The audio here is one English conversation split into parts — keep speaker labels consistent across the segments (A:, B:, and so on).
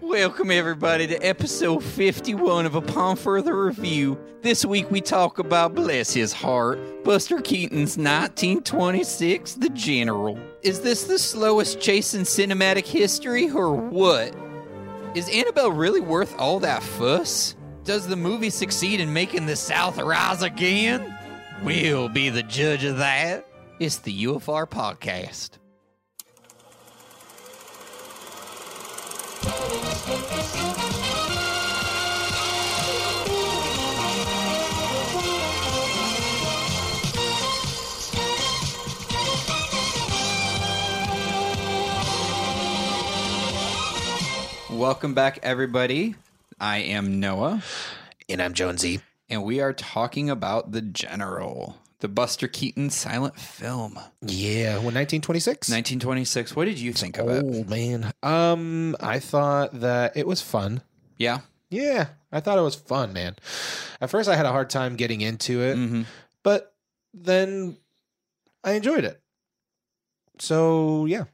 A: Welcome, everybody, to episode 51 of Upon Further Review. This week we talk about, bless his heart, Buster Keaton's 1926 The General. Is this the slowest chase in cinematic history, or what? Is Annabelle really worth all that fuss? Does the movie succeed in making the South rise again? We'll be the judge of that. It's the UFR Podcast. Welcome back, everybody. I am Noah.
B: And I'm Jonesy.
A: and we are talking about The General, the Buster Keaton silent film.
B: Yeah, well, 1926.
A: 1926. What did you think of it?
B: Oh man, um, I thought that it was fun.
A: Yeah.
B: Yeah, I thought it was fun, man. At first, I had a hard time getting into it,
A: hmm
B: but then I enjoyed it. So yeah,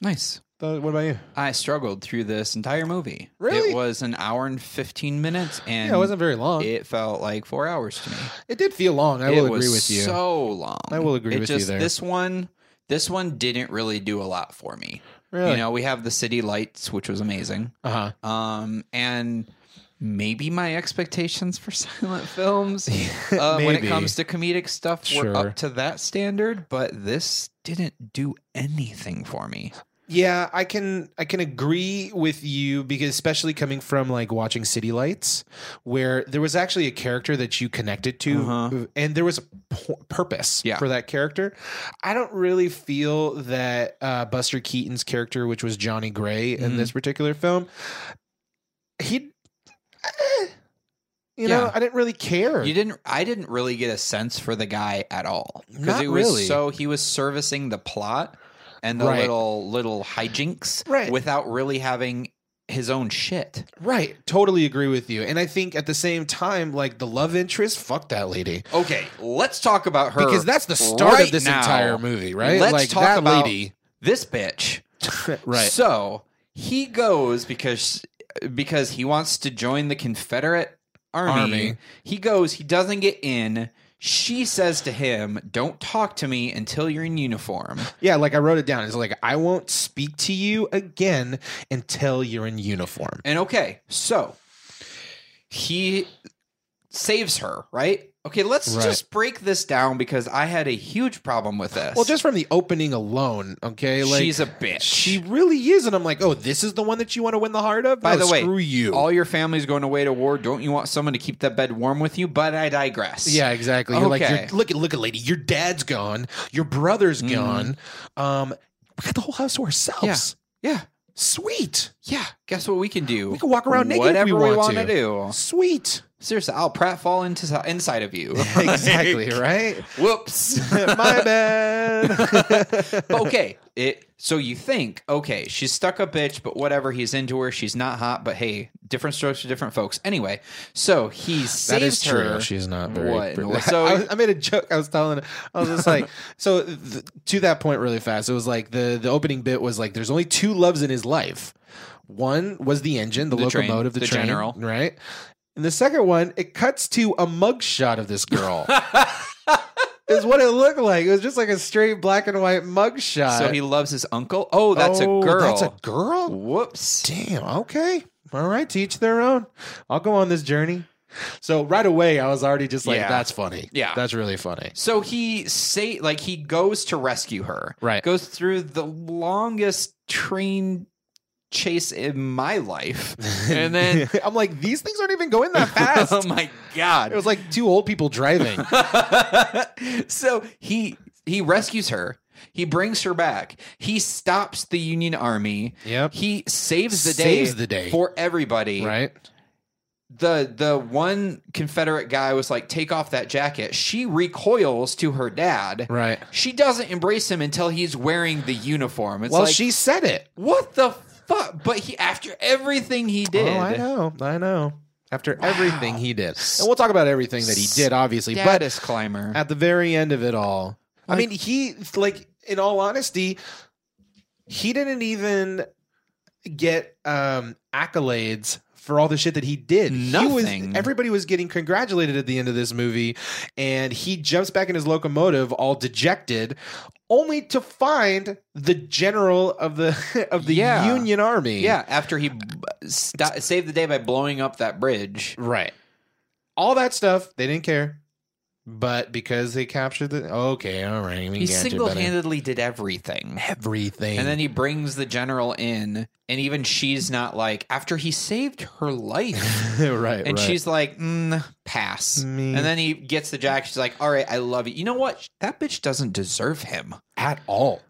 A: Nice.
B: Th- what about you?
A: I struggled through this entire movie.
B: Really?
A: It was an hour and 15 minutes, and
B: yeah, it wasn't very long. It,
A: it felt like four hours to me.
B: did feel long. I
A: it
B: will
A: was
B: agree with you.
A: So long.
B: I will agree
A: It
B: with you
A: just,
B: there.
A: This one, this one didn't really do a lot for me.
B: really?
A: You know, we have the city lights, which was amazing.
B: uh huh.
A: um, and maybe my expectations for silent films uh, when it
B: Maybe.
A: comes to comedic stuff were
B: Sure.
A: up to that standard, but this didn't do anything for me.
B: Yeah, I can I can agree with you because especially coming from like watching City Lights, where there was actually a character that you connected to,
A: Uh-huh.
B: and there was a pu- purpose
A: Yeah.
B: for that character. I don't really feel that uh, Buster Keaton's character, which was Johnny Gray in
A: Mhm.
B: this particular film, he, eh, you know,
A: Yeah.
B: I didn't really care.
A: You didn't. I didn't really get a sense for the guy at all
B: Not
A: he was
B: really.
A: so he was servicing the plot and the
B: Right.
A: little little hijinks
B: Right.
A: without really having his own shit.
B: Right, totally agree with you, and I think at the same time, like the love interest, fuck that lady.
A: Okay, let's talk about her
B: because that's the start
A: right
B: of this
A: now.
B: entire movie, right?
A: Let's
B: like
A: talk
B: that
A: about-
B: lady,
A: This bitch.
B: right?
A: So he goes because because he wants to join the Confederate army.
B: Army.
A: He goes. He doesn't get in. She says to him, "Don't talk to me until you're in uniform."
B: yeah, like I wrote it down. It's like I won't speak to you again until you're in uniform.
A: And okay, so he saves her, right? Okay, let's
B: Right.
A: just break this down because I had a huge problem with this.
B: Well, just from the opening alone, okay, like
A: she's a bitch.
B: she really is, and I'm like, oh, this is the one that you want to win the heart of.
A: By
B: No,
A: the way,
B: screw you.
A: all your family's going away to war. Don't you want someone to keep that bed warm with you? But I digress.
B: yeah, exactly. You're like,
A: Okay.
B: you're, look at look at lady. Your dad's gone. Your brother's
A: Mhm.
B: gone. Um, we got the whole house to ourselves.
A: yeah.
B: Sweet.
A: Yeah, guess what we can do?
B: We can walk around naked if
A: Whatever
B: we
A: we
B: want
A: want
B: to.
A: do.
B: Sweet.
A: Seriously, I'll pratfall into inside of you.
B: exactly. Right.
A: Whoops.
B: My bad.
A: okay. It. So you think? Okay, she's stuck a bitch, but whatever. He's into her. She's not hot, but hey, different strokes for different folks. Anyway, so he saves
B: That is true.
A: her.
B: She's not very.
A: What in the world? So-
B: So I, was- I made a joke. I was telling. I was just like, so th- to that point, really fast. It was like the the opening bit was like, there's only two loves in his life. One was the engine, the,
A: The train,
B: locomotive, the,
A: the
B: train,
A: general.
B: right? And the second one, it cuts to a mugshot of this girl. is what it looked like. It was just like a straight black and white mugshot.
A: so he loves his uncle. Oh, that's
B: Oh,
A: a girl.
B: That's a girl.
A: Whoops.
B: Damn. Okay. All right. To each their own. I'll go on this journey. So right away, I was already just like,
A: Yeah.
B: "That's funny.
A: Yeah.
B: that's really funny."
A: So he say like he goes to rescue her.
B: Right.
A: Goes through the longest train chase in my life. And then
B: I'm like, "These things aren't even going that fast."
A: Oh my god.
B: it was like two old people driving.
A: so he he rescues her. He brings her back. He stops the Union Army.
B: Yep.
A: He saves the day
B: Saves the day.
A: for everybody.
B: right?
A: The the one Confederate guy was like, "Take off that jacket." She recoils to her dad.
B: Right.
A: She doesn't embrace him until he's wearing the uniform. It's
B: well,
A: like,
B: she said it.
A: what the fuck? But he after everything he did,
B: Oh, I know. I know. After everything he did, and we'll talk about everything that he did, obviously. But
A: status climber.
B: at the very end of it all. I mean, he like in all honesty, he didn't even get um, accolades for all the shit that he did. He was,
A: Nothing.
B: everybody was getting congratulated at the end of this movie, and he jumps back in his locomotive, all dejected, only to find the general of the of the
A: Yeah.
B: Union Army.
A: Yeah, after he b- sto- saved the day by blowing up that bridge.
B: right. All that stuff they didn't care, but because they captured the okay, all right, we
A: He
B: got you, buddy.
A: single handedly did everything.
B: everything,
A: And then he brings the general in, and even she's not like, after he saved her life.
B: right,
A: And
B: right.
A: she's like, mm, pass.
B: Me.
A: And then he gets the jack. She's like, all right, I love you. You know what? That bitch doesn't deserve him.
B: at all.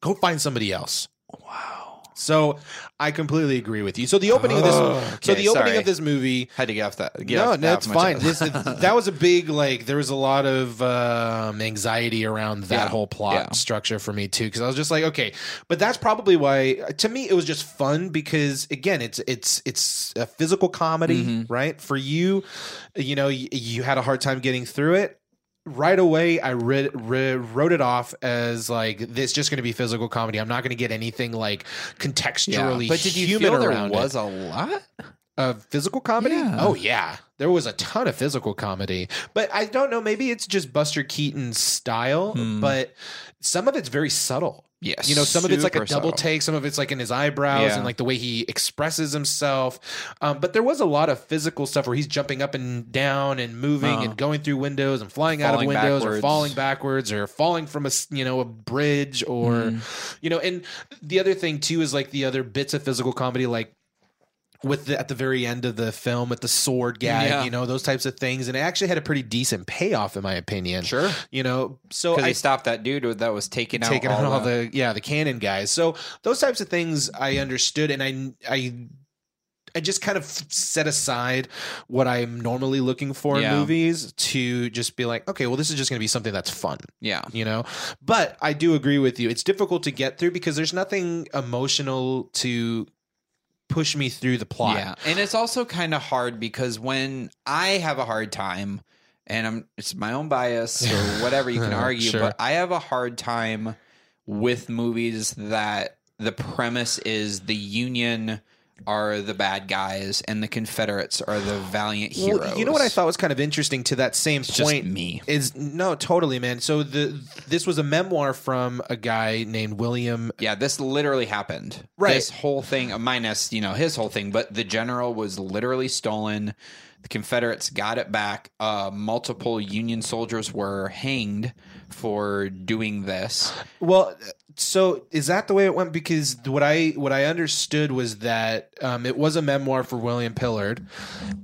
B: Go find somebody else.
A: Wow.
B: So I completely agree with you. So the opening of this,
A: Oh,
B: so
A: okay,
B: the opening
A: sorry.
B: of this movie.
A: Had to get off that. get
B: no,
A: off
B: no,
A: that
B: it's
A: much.
B: fine. This is, that was a big like. There was a lot of um, anxiety around that
A: Yeah,
B: whole plot
A: yeah.
B: structure for me too, because I was just like, okay, but that's probably why. To me, it was just fun because again, it's it's it's a physical comedy,
A: Mm-hmm.
B: right? For you, you know, y- you had a hard time getting through it. Right away, I re- re- wrote it off as like this just going to be physical comedy. I'm not going to get anything like
A: yeah.
B: contextually
A: But did you
B: human
A: feel there
B: around it
A: was a lot?
B: of physical comedy?
A: Yeah.
B: Oh yeah. There was a ton of physical comedy. But I don't know, maybe it's just Buster Keaton's style,
A: Hmm.
B: but some of it's very subtle.
A: Yes.
B: You know, some of it's like a
A: Super
B: double
A: subtle.
B: take, some of it's like in his eyebrows
A: Yeah.
B: and like the way he expresses himself. Um, but there was a lot of physical stuff where he's jumping up and down and moving
A: Uh-huh.
B: and going through windows and flying out of
A: Falling
B: windows or
A: backwards.
B: falling backwards or falling from a s- you know a bridge or
A: Hmm.
B: you know and the other thing too is like the other bits of physical comedy like with the, at the very end of the film with the sword gag,
A: Yeah.
B: you know, those types of things. And it actually had a pretty decent payoff in my opinion.
A: Sure.
B: You know, so
A: Because
B: I
A: he stopped that dude with- that was taking out
B: taking
A: all,
B: out all
A: the,
B: the yeah, the cannon guys. So those types of things I understood and I I I just kind of set aside what I'm normally looking for
A: Yeah.
B: in movies to just be like, okay, well, this is just going to be something that's fun
A: yeah.
B: you know but i do agree with you it's difficult to get through because there's nothing emotional to push me through the plot
A: Yeah, and it's also kind of hard because when I have a hard time, and I'm it's my own bias or whatever you can argue,
B: Sure.
A: but I have a hard time with movies that the premise is the Union are the bad guys and the Confederates are the valiant
B: Well,
A: heroes.
B: you know what i thought was kind of interesting to that same
A: It's just
B: point
A: me.
B: is no totally man so the this was a memoir from a guy named william
A: Yeah, this literally happened.
B: Right.
A: This whole thing, minus, you know, his whole thing, but the general was literally stolen. The Confederates got it back. Uh, multiple Union soldiers were hanged for doing this.
B: well so is that the way it went because what i what i understood was that um, it was a memoir for william pillard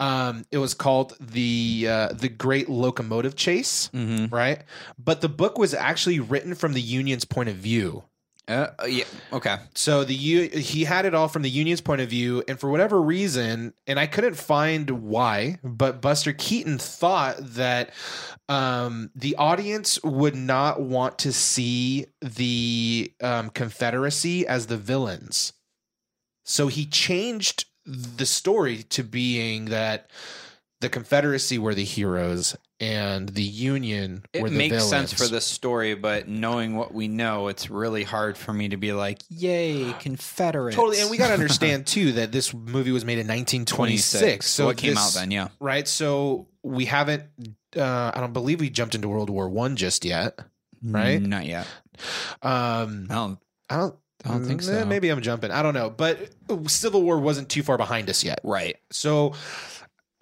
B: um, it was called the uh, the great locomotive chase
A: Mm-hmm.
B: right? But the book was actually written from the union's point of view.
A: Uh, uh, yeah. Okay.
B: So the u- he had it all from the union's point of view, and for whatever reason, and I couldn't find why, but Buster Keaton thought that um, the audience would not want to see the um, Confederacy as the villains. So he changed the story to being that the Confederacy were the heroes and the Union
A: It
B: were the
A: makes
B: villains.
A: sense for this story, but knowing what we know, it's really hard for me to be like, yay, Confederates.
B: Totally, and we got to understand too that this movie was made in 1926.
A: So it came
B: this-
A: out then, yeah.
B: right? So we haven't. Uh, I don't believe we jumped into World War One just yet. Right?
A: Not yet.
B: Um,
A: I don't,
B: I don't.
A: I don't think
B: Eh,
A: so.
B: Maybe I'm jumping. I don't know, but Civil War wasn't too far behind us yet.
A: Right.
B: So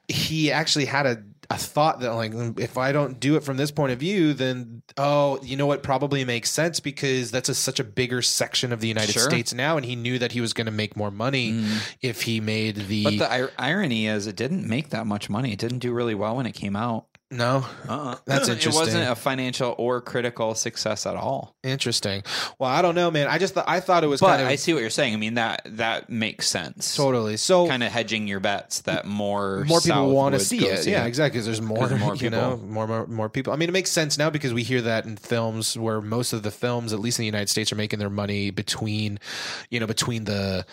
B: he actually had a, a thought that like if I don't do it from this point of view, then oh, you know what probably makes sense because that's a, such a bigger section of the United
A: Sure.
B: States now, and he knew that he was going to make more money
A: Mm.
B: if he made the,
A: But the ir- irony is, it didn't make that much money. It didn't do really well when it came out.
B: no
A: Uh-uh.
B: That's
A: It
B: interesting.
A: wasn't a financial or critical success at all.
B: interesting. Well, I don't know, man. I just th- I thought it was
A: But
B: kind of
A: I see what you're saying. I mean that that makes sense.
B: totally so
A: Kind of hedging your bets that more
B: more
A: South
B: people want to
A: would
B: see
A: go
B: it. yeah, exactly. 'cause there's more,
A: 'Cause there's more
B: you know, more, more more people. I mean, it makes sense now because we hear that in films where most of the films, at least in the United States, are making their money between, you know, between the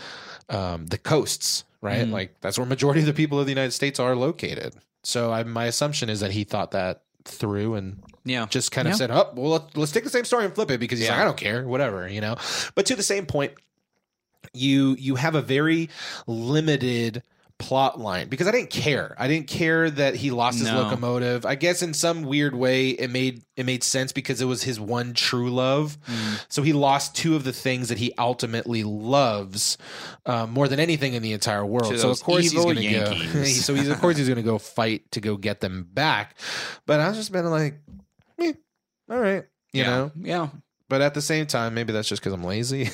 B: um, the coasts, right?
A: Mhm.
B: Like that's where majority of the people of the United States are located. So I, my assumption is that he thought that through and
A: yeah.
B: just kind of
A: Yeah.
B: said, "Oh, well, let's, let's take the same story and flip it because he's
A: Yeah.
B: like, I don't care, whatever, you know." But to the same point, you you have a very limited plot line because I didn't care. I didn't care that he lost his
A: No.
B: locomotive. I guess in some weird way it made it made sense because it was his one true love.
A: mm,
B: So he lost two of the things that he ultimately loves uh, more than anything in the entire world.
A: To
B: so
A: those
B: of course he's
A: evil
B: going to go.
A: Yankees.
B: so he's of course he's going to go fight to go get them back. But I was just been like, eh, all right, you
A: yeah.
B: know.
A: Yeah.
B: But at the same time, maybe that's just because I'm lazy.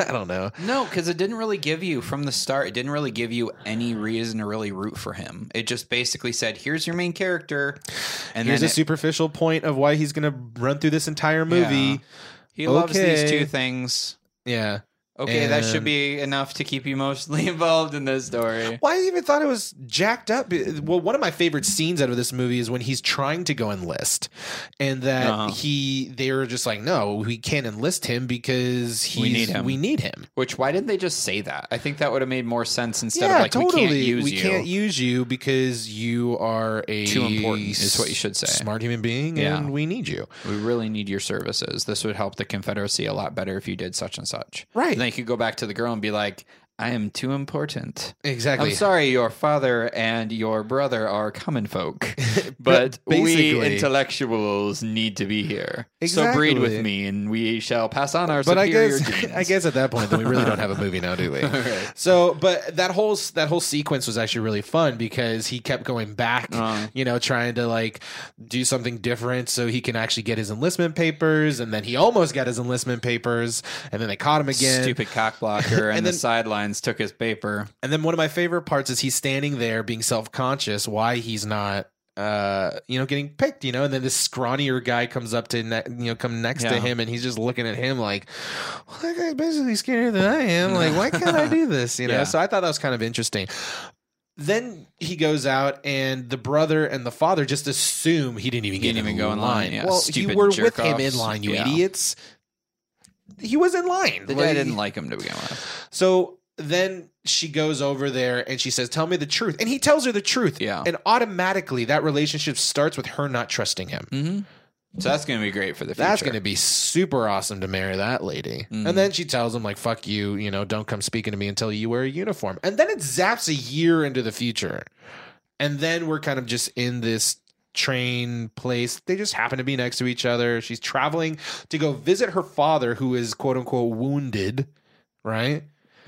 B: I don't know.
A: No, because it didn't really give you from the start. It didn't really give you any reason to really root for him. It just basically said, "Here's your main character," and
B: Here's
A: then
B: a superficial point of why he's going to run through this entire movie.
A: it- he loves these
B: Okay.
A: two things.
B: Yeah.
A: Okay, that should
B: And-
A: be enough to keep you mostly involved in this story.
B: Why I even thought it was jacked up. Well, one of my favorite scenes out of this movie is when he's trying to go enlist, and that
A: Uh-huh.
B: he they were just like, no, we can't enlist him because he's,
A: We need him."
B: We need him.
A: Which why didn't they just say that? I think that would have made more sense instead of like we can't use
B: we
A: you.
B: can't use you because you are a
A: Too important is what you should say.
B: Smart human being,
A: Yeah.
B: and we need you.
A: we really need your services. This would help the Confederacy a lot better if you did such and such.
B: Right.
A: And they could go back to the girl and be like, "I am too important."
B: Exactly.
A: I'm sorry, your father and your brother are common folk, but we
B: Basically.
A: intellectuals need to be here. So breed with
B: Exactly.
A: me, and we shall pass on our
B: But I
A: superior
B: guess
A: genes.
B: I guess at that point, then we really don't have a movie now, do we?
A: All right.
B: So, but that whole that whole sequence was actually really fun because he kept going back,
A: Uh.
B: you know, trying to like do something different so he can actually get his enlistment papers, and then he almost got his enlistment papers, and then they caught him again.
A: Stupid cock blocker, and,
B: And
A: the
B: then-
A: sidelines took his paper.
B: And then one of my favorite parts is he's standing there being self conscious why he's not. Uh, you know, getting picked, you know, and then this scrawnier guy comes up to, ne- you know, come next to
A: Yeah.
B: him, and he's just looking at him like, "Well, that guy's basically scarier than I am. Like, why can't I do this?" You know.
A: Yeah.
B: So I thought that was kind of interesting. Then he goes out, and the brother and the father just assume he didn't
A: He
B: even get
A: didn't
B: in
A: even go in line, yeah.
B: Well,
A: Stupid
B: you were with
A: jerk
B: him in
A: offs.
B: line, you
A: Yeah.
B: idiots. He was in line.
A: The
B: Like,
A: guy didn't like him to begin with.
B: so then she goes over there and she says, Tell me the truth. And he tells her the truth.
A: Yeah.
B: And automatically that relationship starts with her not trusting him.
A: hmm So that's going to be great for the future.
B: That's going to be super awesome to marry that lady.
A: Mhm.
B: And then she tells him, like, fuck you, you know, don't come speaking to me until you wear a uniform. And then it zaps a year into the future. And then we're kind of just in this train place. They just happen to be next to each other. She's traveling to go visit her father, who is quote unquote wounded, right?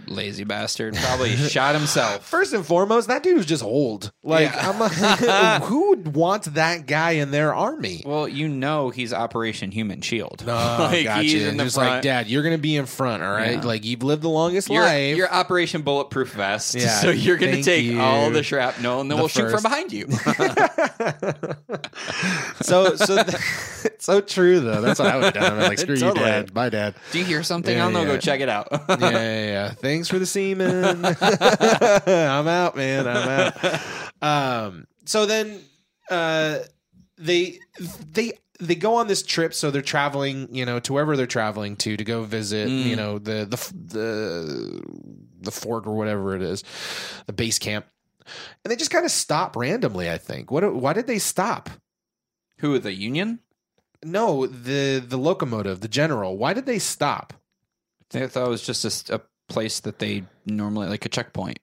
A: lazy bastard. Probably shot himself.
B: First and foremost, that dude was just old. Like,
A: Yeah.
B: I'm like, who would want that guy in their army?
A: Well, you know he's Operation Human Shield.
B: No,
A: Like,
B: gotcha.
A: he's in the
B: just like,
A: front.
B: Dad, you're gonna be in front, all right?
A: Yeah.
B: Like, you've lived the longest
A: You're,
B: life.
A: you're Operation Bulletproof Vest,
B: Yeah,
A: so you're going to
B: thank
A: take
B: you.
A: all the shrapnel, and then
B: The
A: we'll shoot from
B: first.
A: behind you.
B: so, so, th- it's so true though. That's what I would have done. I'm like, screw
A: Totally.
B: you, Dad. Bye, Dad.
A: Do you hear something?
B: Yeah,
A: I don't know. Go
B: yeah.
A: check it out.
B: yeah, yeah, yeah. Thanks for the semen. I'm out, man. I'm out. Um, so then uh, they they they go on this trip. So they're traveling, you know, to wherever they're traveling to to go visit,
A: Mm.
B: you know, the the the the fort or whatever it is, the base camp. And they just kind of stop randomly. I think. What? Why did they stop?
A: Who the Union?
B: No, the the locomotive, the general. Why did they stop?
A: They thought it was just a s- a, place that they normally like a checkpoint.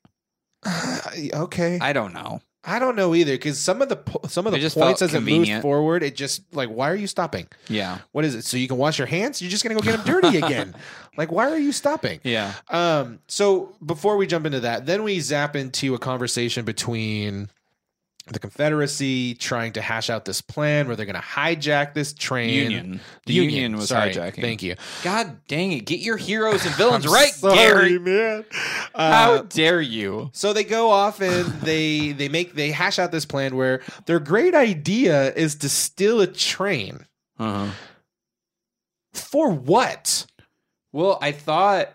B: okay.
A: I don't know.
B: I don't know either because some of the po- some of the
A: It just
B: points
A: felt
B: as it
A: convenient.
B: moved forward, it just like why are you stopping?
A: Yeah,
B: What is it? So you can wash your hands? You're just gonna go get them dirty again? Like why are you stopping?
A: yeah.
B: Um. So before we jump into that, then we zap into a conversation between the Confederacy trying to hash out this plan where they're gonna hijack this train.
A: Union. The Union, was
B: sorry.
A: hijacking.
B: Thank you.
A: God dang it! Get your heroes and villains
B: I'm
A: right,
B: sorry,
A: Gary.
B: man. Uh,
A: How dare you?
B: So they go off and they they make they hash out this plan where their great idea is to steal a train.
A: Uh-huh.
B: For what?
A: Well, I thought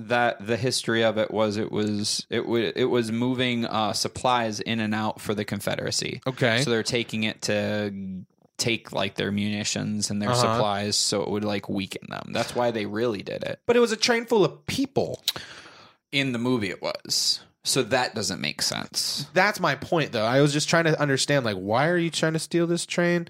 A: that the history of it was it was it w- it was moving uh, supplies in and out for the Confederacy.
B: Okay.
A: So they're taking it to take like their munitions and their
B: Uh-huh.
A: supplies so it would like weaken them. That's why they really did it.
B: but it was a train full of people.
A: In the movie it was. So that doesn't make sense.
B: That's my point, though. I was just trying to understand, like, why are you trying to steal this train?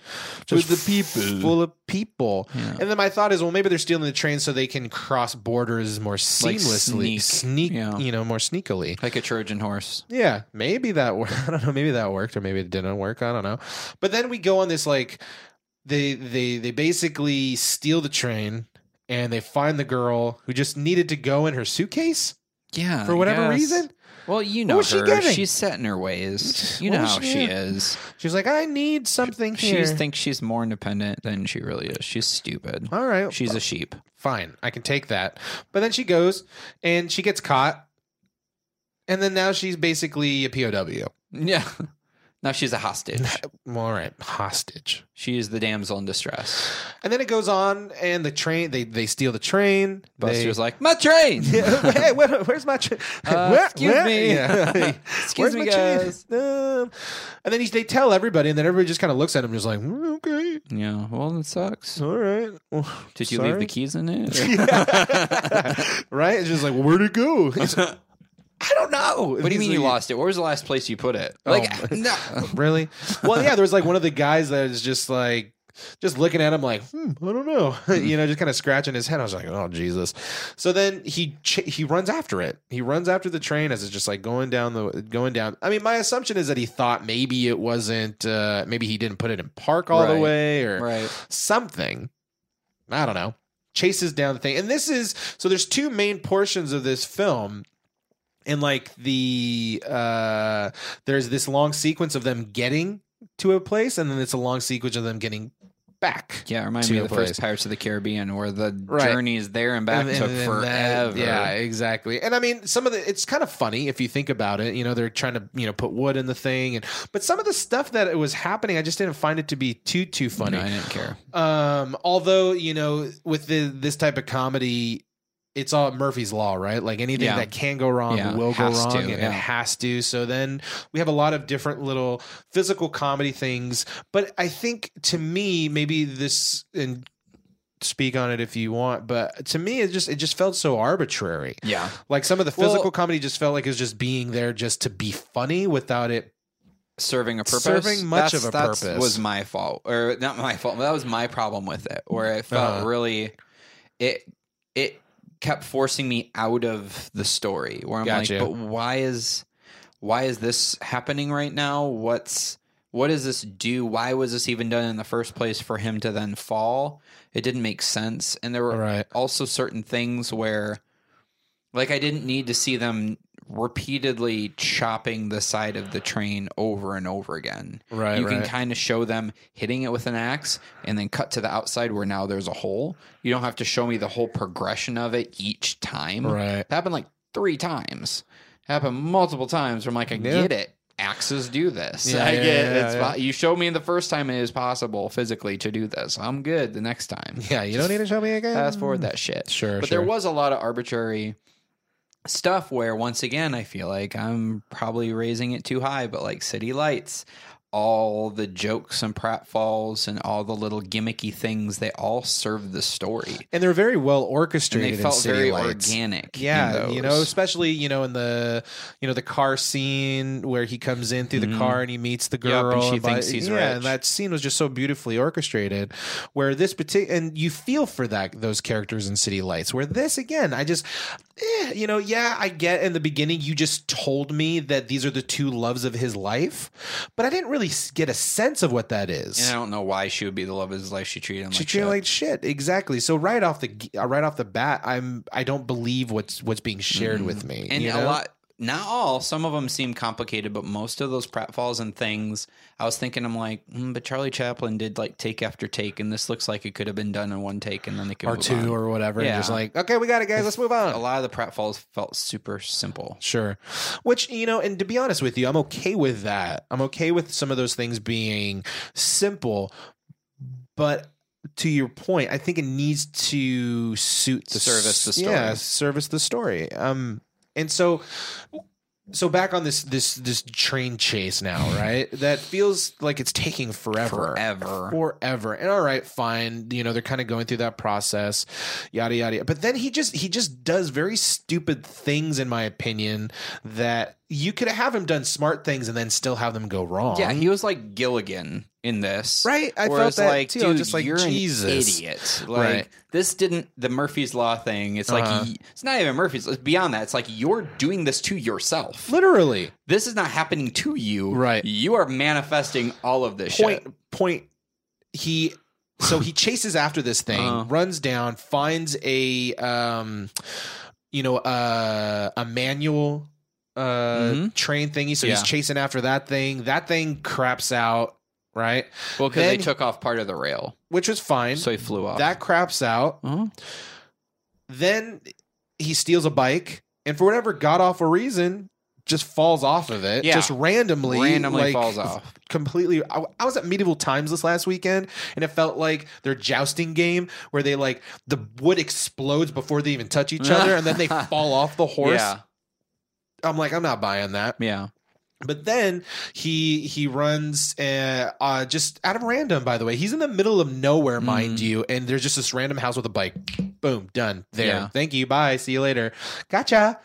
A: With
B: Just
A: the people.
B: full of people.
A: Yeah.
B: And then my thought is, well, maybe they're stealing the train so they can cross borders more seamlessly,
A: sneak.
B: sneak,
A: Yeah.
B: you know, more sneakily.
A: Like a Trojan horse.
B: Yeah, maybe that. wor- I don't know. Maybe that worked, or maybe it didn't work. I don't know. But then we go on this like, they they they basically steal the train. And they find the girl who just needed to go in her suitcase
A: Yeah.
B: for
A: I
B: whatever
A: guess.
B: reason.
A: Well, you know
B: was she
A: her.
B: getting?
A: She's set in her ways. You
B: What
A: know
B: was
A: how
B: she-
A: she is.
B: She's like, I need something
A: She
B: here.
A: thinks she's more independent than she really is. She's stupid.
B: All right.
A: She's a sheep.
B: fine, I can take that. But then she goes and she gets caught. And then now she's basically a POW.
A: Yeah. Now she's a hostage.
B: Well, all right, hostage.
A: She is the damsel in distress.
B: And then it goes on, and the train they they steal the train.
A: Buster's like, my train.
B: they, Yeah, hey, where, where's my train?
A: Uh, excuse me. excuse
B: Where's
A: me,
B: my train?
A: guys.
B: Um, and then he, they tell everybody, and then everybody just kind of looks at him, just like, "Mm, okay,
A: Yeah. Well, that sucks.
B: all right. Well,
A: Did you leave
B: sorry."
A: the keys in it?
B: right? It's just like, where'd it go? It's- I don't know. Oh.
A: What do you mean you lost it? Where was the last place you put it? Like,
B: my-
A: no.
B: Really? Well, yeah, there was like one of the guys that is just like, just looking at him like, hmm, I don't know, you know, just kind of scratching his head. I was like, oh Jesus! So then he ch- he runs after it. He runs after the train as it's just like going down the going down. I mean, my assumption is that he thought maybe it wasn't, uh, maybe he didn't put it in park all the
A: Right.
B: way or
A: Right.
B: something. I don't know. Chases down the thing. And this is so there's two main portions of this film. And like the uh there's this long sequence of them getting to a place and then it's a long sequence of them getting back.
A: Yeah, it reminds
B: To
A: me of
B: the
A: the
B: place.
A: first Pirates of the Caribbean where the
B: Right.
A: journey is there and back
B: And-
A: took
B: and then that-
A: forever.
B: yeah, exactly. And I mean, some of the it's kind of funny if you think about it. You know, they're trying to you know put wood in the thing, and but some of the stuff that was happening, I just didn't find it to be too too funny.
A: No, I didn't care.
B: Um, although you know, with the, this type of comedy, it's all Murphy's law, right? Like anything
A: Yeah.
B: that can go wrong
A: Yeah,
B: will go
A: has
B: wrong,
A: to,
B: and
A: yeah.
B: it has to. So then we have a lot of different little physical comedy things. But I think to me, maybe this and speak on it if you want, but to me, it just it just felt so arbitrary.
A: Yeah.
B: Like some of the
A: Well-
B: physical comedy just felt like it was just being there just to be funny without it.
A: Serving a purpose.
B: Serving much of a
A: that's-
B: purpose.
A: was my fault, or not my fault. That was my problem with it, where it felt
B: Uh-huh.
A: really, it it kept forcing me out of the story. Where I'm
B: Gotcha.
A: like, but why is why is this happening right now? What's what does this do? Why was this even done in the first place for him to then fall? It didn't make sense, and there were
B: Right.
A: also certain things where like I didn't need to see them repeatedly chopping the side of the train over and over again.
B: Right.
A: you can kind of show them hitting it with an axe and then cut to the outside where now there's a hole. You don't have to show me the whole progression of it each time.
B: right.
A: It happened like three times. It happened multiple times. Where I'm like, I
B: Yeah.
A: get it. Axes do this.
B: Yeah,
A: I
B: yeah,
A: get
B: yeah,
A: it's
B: yeah.
A: fi- you showed me the first time it is possible physically to do this. I'm good the next time.
B: Yeah, you don't need to show me again.
A: Fast forward that shit
B: Sure,
A: but
B: sure.
A: there was a lot of arbitrary stuff where once again i feel like i'm probably raising it too high but like city lights all the jokes and pratfalls and all the little gimmicky things they all serve the story
B: and they're very well
A: and
B: orchestrated.
A: they
B: in
A: felt
B: City
A: very
B: Lights.
A: organic in
B: Yeah, you know,
A: those.
B: especially you know in the you know the car scene where he comes in through the
A: Mhm.
B: car and he meets the
A: Yep, and
B: girl.
A: she
B: and buy-
A: thinks he's
B: yeah,
A: rich.
B: and that scene was just so beautifully orchestrated. Where this particular and you feel for that those characters in City Lights. Where this again, I just eh, you know, yeah, I get in the beginning you just told me that these are the two loves of his life, but I didn't really s- get a sense of what that is.
A: and i don't know why she would be the love of his life she treated him
B: She
A: like,
B: treated
A: shit.
B: him like shit. Exactly. So right off the g- uh, right off the bat, I'm I don't believe what's what's being shared
A: Mhm.
B: with me.
A: and
B: you
A: a
B: know?
A: lot not all some of them seem complicated but most of those pratfalls and things i was thinking i'm like mm, but charlie chaplin did like take after take and this looks like it could have been done in one take and then they could
B: or
A: move
B: two
A: on.
B: or whatever. And
A: Yeah.
B: just like, okay, we got it, guys. Let's move
A: a
B: on.
A: lot of the pratfalls felt super simple
B: Sure. Which, you know, and to be honest with you, I'm okay with that. I'm okay with some of those things being simple, but to your point, I think it needs to suit the
A: Service the
B: s- Yeah,
A: story.
B: service the story. Um and so so back on this this this train chase now, right? that feels like it's taking forever.
A: Forever.
B: Forever. And all right, fine. You know, they're kind of going through that process, yada yada. But then he just he just does very stupid things, in my opinion, that you could have him done smart things and then still have them go wrong.
A: Yeah, he was like Gilligan in this.
B: right. I
A: Whereas,
B: felt that
A: like,
B: too.
A: Dude,
B: just like
A: you're
B: Jesus.
A: an idiot. Like
B: Right.
A: this didn't the Murphy's Law thing. It's like
B: Uh-huh.
A: y- it's not even Murphy's. It's beyond that. It's like you're doing this to yourself.
B: Literally.
A: This is not happening to you.
B: Right.
A: You are manifesting all of this
B: point
A: shit.
B: point he so he chases after this thing
A: Uh-huh.
B: runs down finds a um you know uh a manual uh
A: Mhm.
B: train thingy so
A: Yeah.
B: he's chasing after that thing that thing craps out right
A: Well, because they
B: Then-
A: took off part of the rail,
B: which was fine
A: so he flew off.
B: that craps out
A: Uh-huh.
B: then he steals a bike and for whatever god awful reason just falls off of it
A: Yeah.
B: just randomly
A: randomly
B: like,
A: falls off.
B: completely I, I was at medieval times this last weekend and it felt like their jousting game where they like the wood explodes before they even touch each other and then they fall off the horse
A: Yeah.
B: i'm like i'm not buying that
A: Yeah.
B: but then he he runs uh, uh just out of random by the way he's in the middle of nowhere mind
A: Mhm.
B: you and there's just this random house with a bike boom done there
A: Yeah.
B: thank you bye see you later gotcha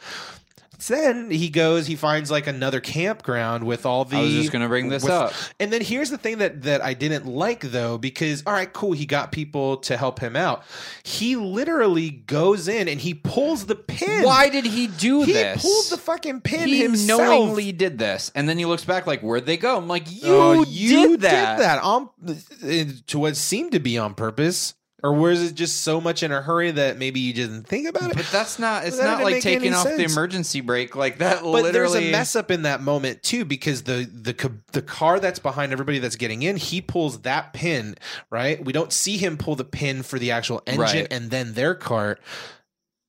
B: so then he goes he finds like another campground with all the
A: I was just gonna bring this
B: with-
A: up.
B: and then here's the thing that that I didn't like though, because all right, cool, he got people to help him out. He literally goes in and he pulls the pin.
A: Why did he do
B: he
A: this?
B: pulled the fucking pin
A: he
B: himself?
A: knowingly did this, and then he looks back like, "Where'd they go?" I'm like, "You,
B: Oh, you
A: did that."
B: on eh, to what seemed to be on purpose, or was it just so much in a hurry that maybe you didn't think about it?
A: But that's not. It's
B: That
A: not
B: didn't
A: like
B: make any
A: taking off the
B: sense.
A: emergency brake like that.
B: But
A: literally,
B: there's a mess up in that moment too because the the ca- the car that's behind everybody that's getting in, he pulls that pin, right? We don't see him pull the pin for the actual engine
A: Right.
B: and then their cart.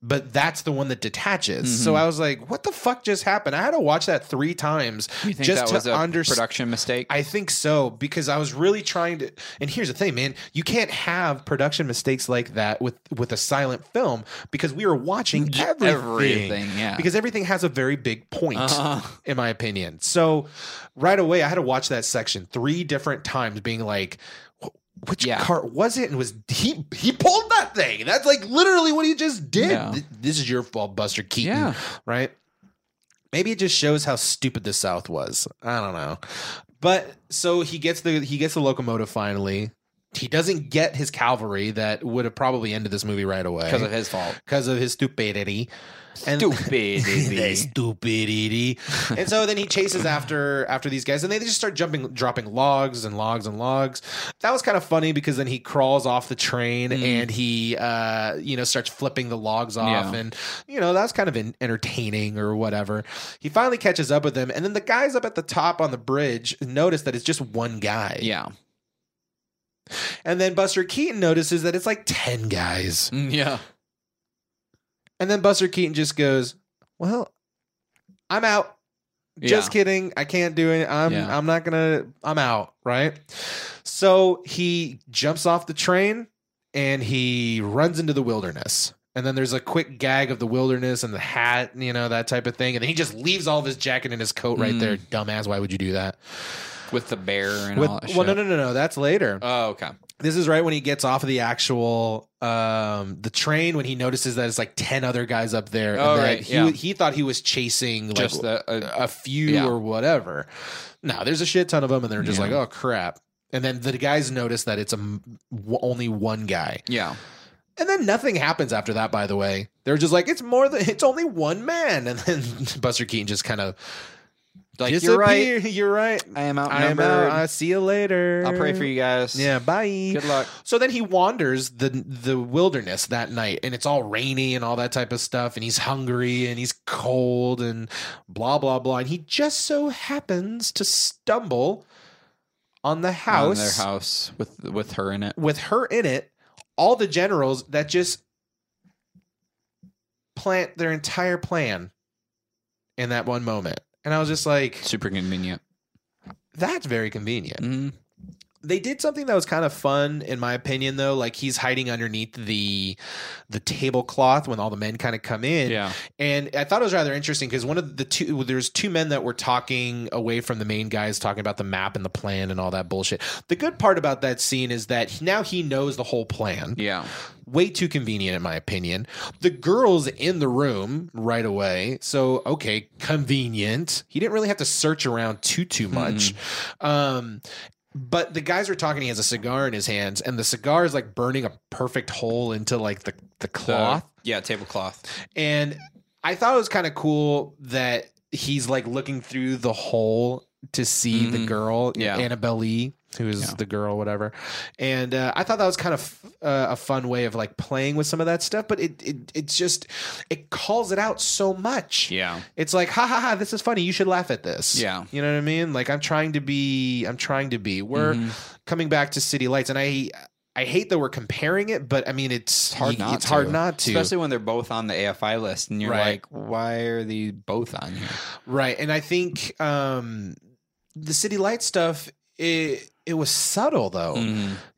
B: But that's the one that detaches. So
A: Mhm.
B: I was like, "What the fuck just happened?" I had to watch that three times.
A: You think
B: just
A: that
B: to
A: was a
B: underst-
A: production mistake?
B: I think so because I was really trying to. And here's the thing, man: you can't have production mistakes like that with with a silent film because we are watching
A: J-
B: everything,
A: yeah.
B: because everything has a very big point
A: Uh,
B: in my opinion. So right away, I had to watch that section three different times, being like, wh- which
A: Yeah.
B: cart was it? And was he he pulled that thing? That's like literally what he just did.
A: Yeah.
B: Th- This is your fault, Buster Keaton.
A: yeah,
B: Right? Maybe it just shows how stupid the South was. I don't know. But so he gets the he gets the locomotive finally. He doesn't get his cavalry that would have probably ended this movie right away
A: because of his fault.
B: 'cause of his stupidity. And-
A: Stupid.
B: That
A: idiot.
B: stupidity. and so then he chases after after these guys, and they just start jumping, dropping logs and logs and logs. That was kind of funny because then he crawls off the train
A: Mm.
B: and he, uh, you know, starts flipping the logs off,
A: Yeah.
B: and you know that's kind of en- entertaining or whatever. He finally catches up with them, and then the guys up at the top on the bridge notice that it's just one guy,
A: yeah,
B: and then Buster Keaton notices that it's like ten guys.
A: Mm, yeah.
B: And then Buster Keaton just goes, "Well, I'm out. Just
A: Yeah.
B: kidding. I can't do it. I'm
A: Yeah.
B: I'm not gonna. I'm out." Right. So he jumps off the train and he runs into the wilderness. And then there's a quick gag of the wilderness and the hat, you know, that type of thing. And then he just leaves all of his jacket and his coat right
A: Mm.
B: there. Dumbass, why would you do that?
A: With the bear and
B: With-
A: all that.
B: well,
A: shit.
B: no, no, no, no. That's later
A: Oh, okay.
B: this is right when he gets off of the actual um the train when he notices that it's like 10 other guys up there
A: Oh,
B: that
A: right,
B: he,
A: yeah.
B: he thought he was chasing like
A: Just the. Uh,
B: a few
A: Yeah.
B: or whatever no there's a shit ton of them and they're just
A: Yeah.
B: like oh crap and then the guys notice that it's a m- w- only one guy
A: yeah.
B: and then nothing happens after that by the way they're just like it's more than it's only one man and then buster keaton just kind of
A: Like
B: disappear.
A: you're right.
B: you're right
A: I am
B: i am
A: outnumbered.
B: out i'll see you later
A: I'll pray for you guys.
B: yeah bye
A: Good luck.
B: so then he wanders the the wilderness that night, and it's all rainy and all that type of stuff, and he's hungry and he's cold and blah blah blah, and he just so happens to stumble on
A: On
B: the house,
A: their house with with her in it.
B: with her in it, all the generals that just plant their entire plan in that one moment, and I was just like,
A: Super convenient.
B: that's very convenient.
A: Mm-hmm.
B: They did something that was kind of fun, in my opinion, though. Like he's hiding underneath the the tablecloth when all the men kind of come in.
A: Yeah.
B: And I thought it was rather interesting because one of the two there's two men that were talking away from the main guys, talking about the map and the plan and all that bullshit. The good part about that scene is that now he knows the whole plan.
A: Yeah.
B: Way too convenient, in my opinion. The girl's in the room right away, so okay, convenient. He didn't really have to search around too too much. Um, but the guys are talking. He has a cigar in his hands, and the cigar is like burning a perfect hole into like the the cloth.
A: yeah, tablecloth.
B: And I thought it was kind of cool that he's like looking through the hole to see the
A: Mhm.
B: girl,
A: Yeah.
B: Annabelle Lee, who is
A: Yeah.
B: the girl, whatever. And uh, I thought that was kind of f- uh, a fun way of like playing with some of that stuff, but it, it it's just it calls it out so much.
A: Yeah.
B: It's like ha ha ha, this is funny. You should laugh at this.
A: Yeah.
B: you know what I mean. Like I'm trying to be, I'm trying to be. We're
A: Mhm.
B: coming back to City Lights, and I. I hate that we're comparing it, but I mean it's
A: hard not
B: it's hard
A: to.
B: not to.
A: Especially when they're both on the AFI list and you're
B: Right.
A: like, why are these both on here?
B: Right. And I think um the city light stuff it it was subtle though.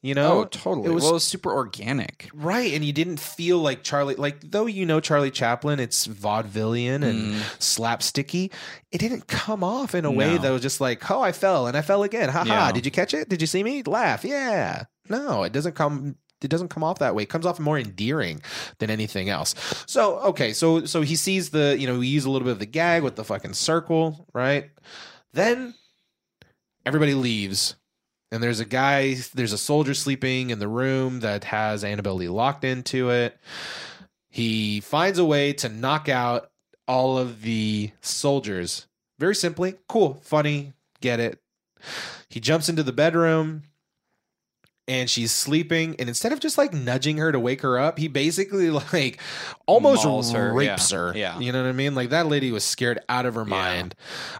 B: You know?
A: Oh, totally.
B: Mm-hmm. it was-
A: well, it's super organic.
B: Right. And you didn't feel like Charlie like though you know Charlie Chaplin, it's vaudevillian and
A: Mm.
B: slapsticky, it didn't come off in a way
A: No.
B: that was just like, Oh, I fell and I fell again. Ha ha.
A: Yeah.
B: Did you catch it? Did you see me? Laugh. Yeah. No, it doesn't come it doesn't come off that way. It comes off more endearing than anything else. So okay, so so he sees the you know we use a little bit of the gag with the fucking circle, right? Then everybody leaves, and there's a guy, there's a soldier sleeping in the room that has Annabelle Lee locked into it. He finds a way to knock out all of the soldiers very simply. Cool, funny, get it. He jumps into the bedroom and she's sleeping and instead of just like nudging her to wake her up he basically like almost
A: Mauls her,
B: rapes
A: yeah,
B: her
A: yeah.
B: you know what i mean like that lady was scared out of her
A: Yeah.
B: mind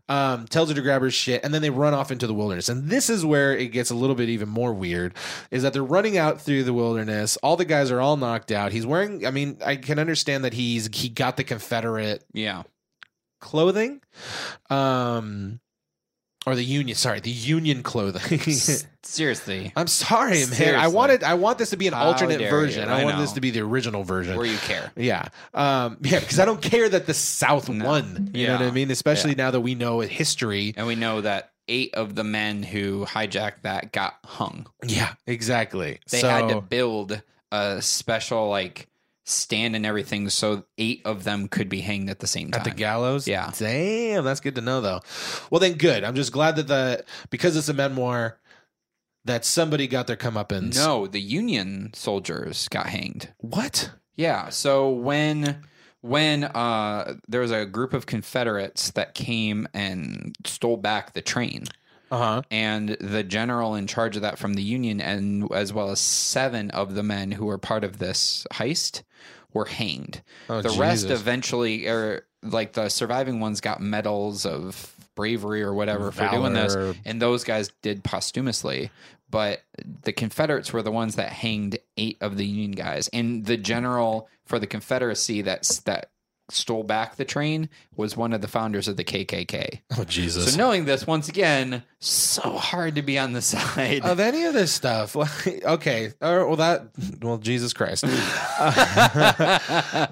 B: um, tells her to grab her shit and then they run off into the wilderness and this is where it gets a little bit even more weird is that they're running out through the wilderness all the guys are all knocked out he's wearing i mean i can understand that he's he got the confederate
A: Yeah.
B: clothing um or the union sorry the union clothing
A: S- Seriously.
B: I'm sorry, man. I
A: Seriously.
B: wanted I want this to be an
A: How
B: alternate
A: dare
B: version.
A: you.
B: I,
A: I
B: want
A: know.
B: this to be the original version.
A: Where you care.
B: yeah. Um yeah, because I don't care that the South
A: No.
B: won. You know what I
A: Yeah.
B: mean? Especially now that we know history.
A: And we know that eight of the men who hijacked that got hung.
B: Yeah, exactly.
A: They
B: so,
A: had to build a special like stand and everything so eight of them could be hanged at the same time.
B: At the gallows?
A: Yeah.
B: Damn, that's good to know though. Well then good. I'm just glad that the because it's a memoir that somebody got their comeuppance.
A: no, the Union soldiers got hanged.
B: What?
A: Yeah. So when when uh, there was a group of Confederates that came and stole back the train,
B: Uh-huh.
A: and the general in charge of that from the Union, and as well as seven of the men who were part of this heist, were hanged.
B: Oh,
A: the rest
B: Jesus.
A: eventually, or like the surviving ones, got medals of bravery or whatever for doing this,
B: Valor.
A: and those guys did posthumously. But the Confederates were the ones that hanged eight of the Union guys, and the general for the Confederacy that's that stole back the train was one of the founders of the KKK.
B: Oh Jesus.
A: So knowing this once again, so hard to be on the side.
B: of any of this stuff. Like, okay, all right, well that, well Jesus Christ.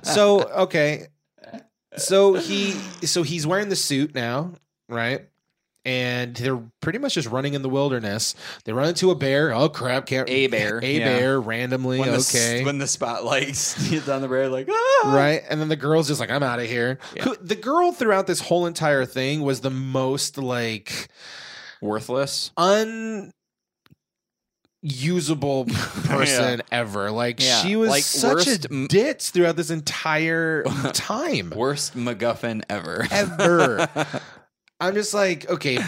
B: so okay, so he, so he's wearing the suit now, right? And they're pretty much just running in the wilderness. They run into a bear. Oh crap! Can't,
A: A bear,
B: a
A: yeah.
B: bear randomly.
A: when the,
B: okay.
A: when the spotlight hits on the bear, like ah,
B: Right, and then the girl's just like, "I'm out of here."
A: Yeah.
B: Who, the girl throughout this whole entire thing was the most like
A: "Ah!" worthless.
B: unusable person ever. Like
A: Yeah.
B: she was
A: Like,
B: such
A: worst
B: a
A: m-
B: ditz throughout this entire time.
A: Worst MacGuffin ever.
B: ever. I'm just like, okay,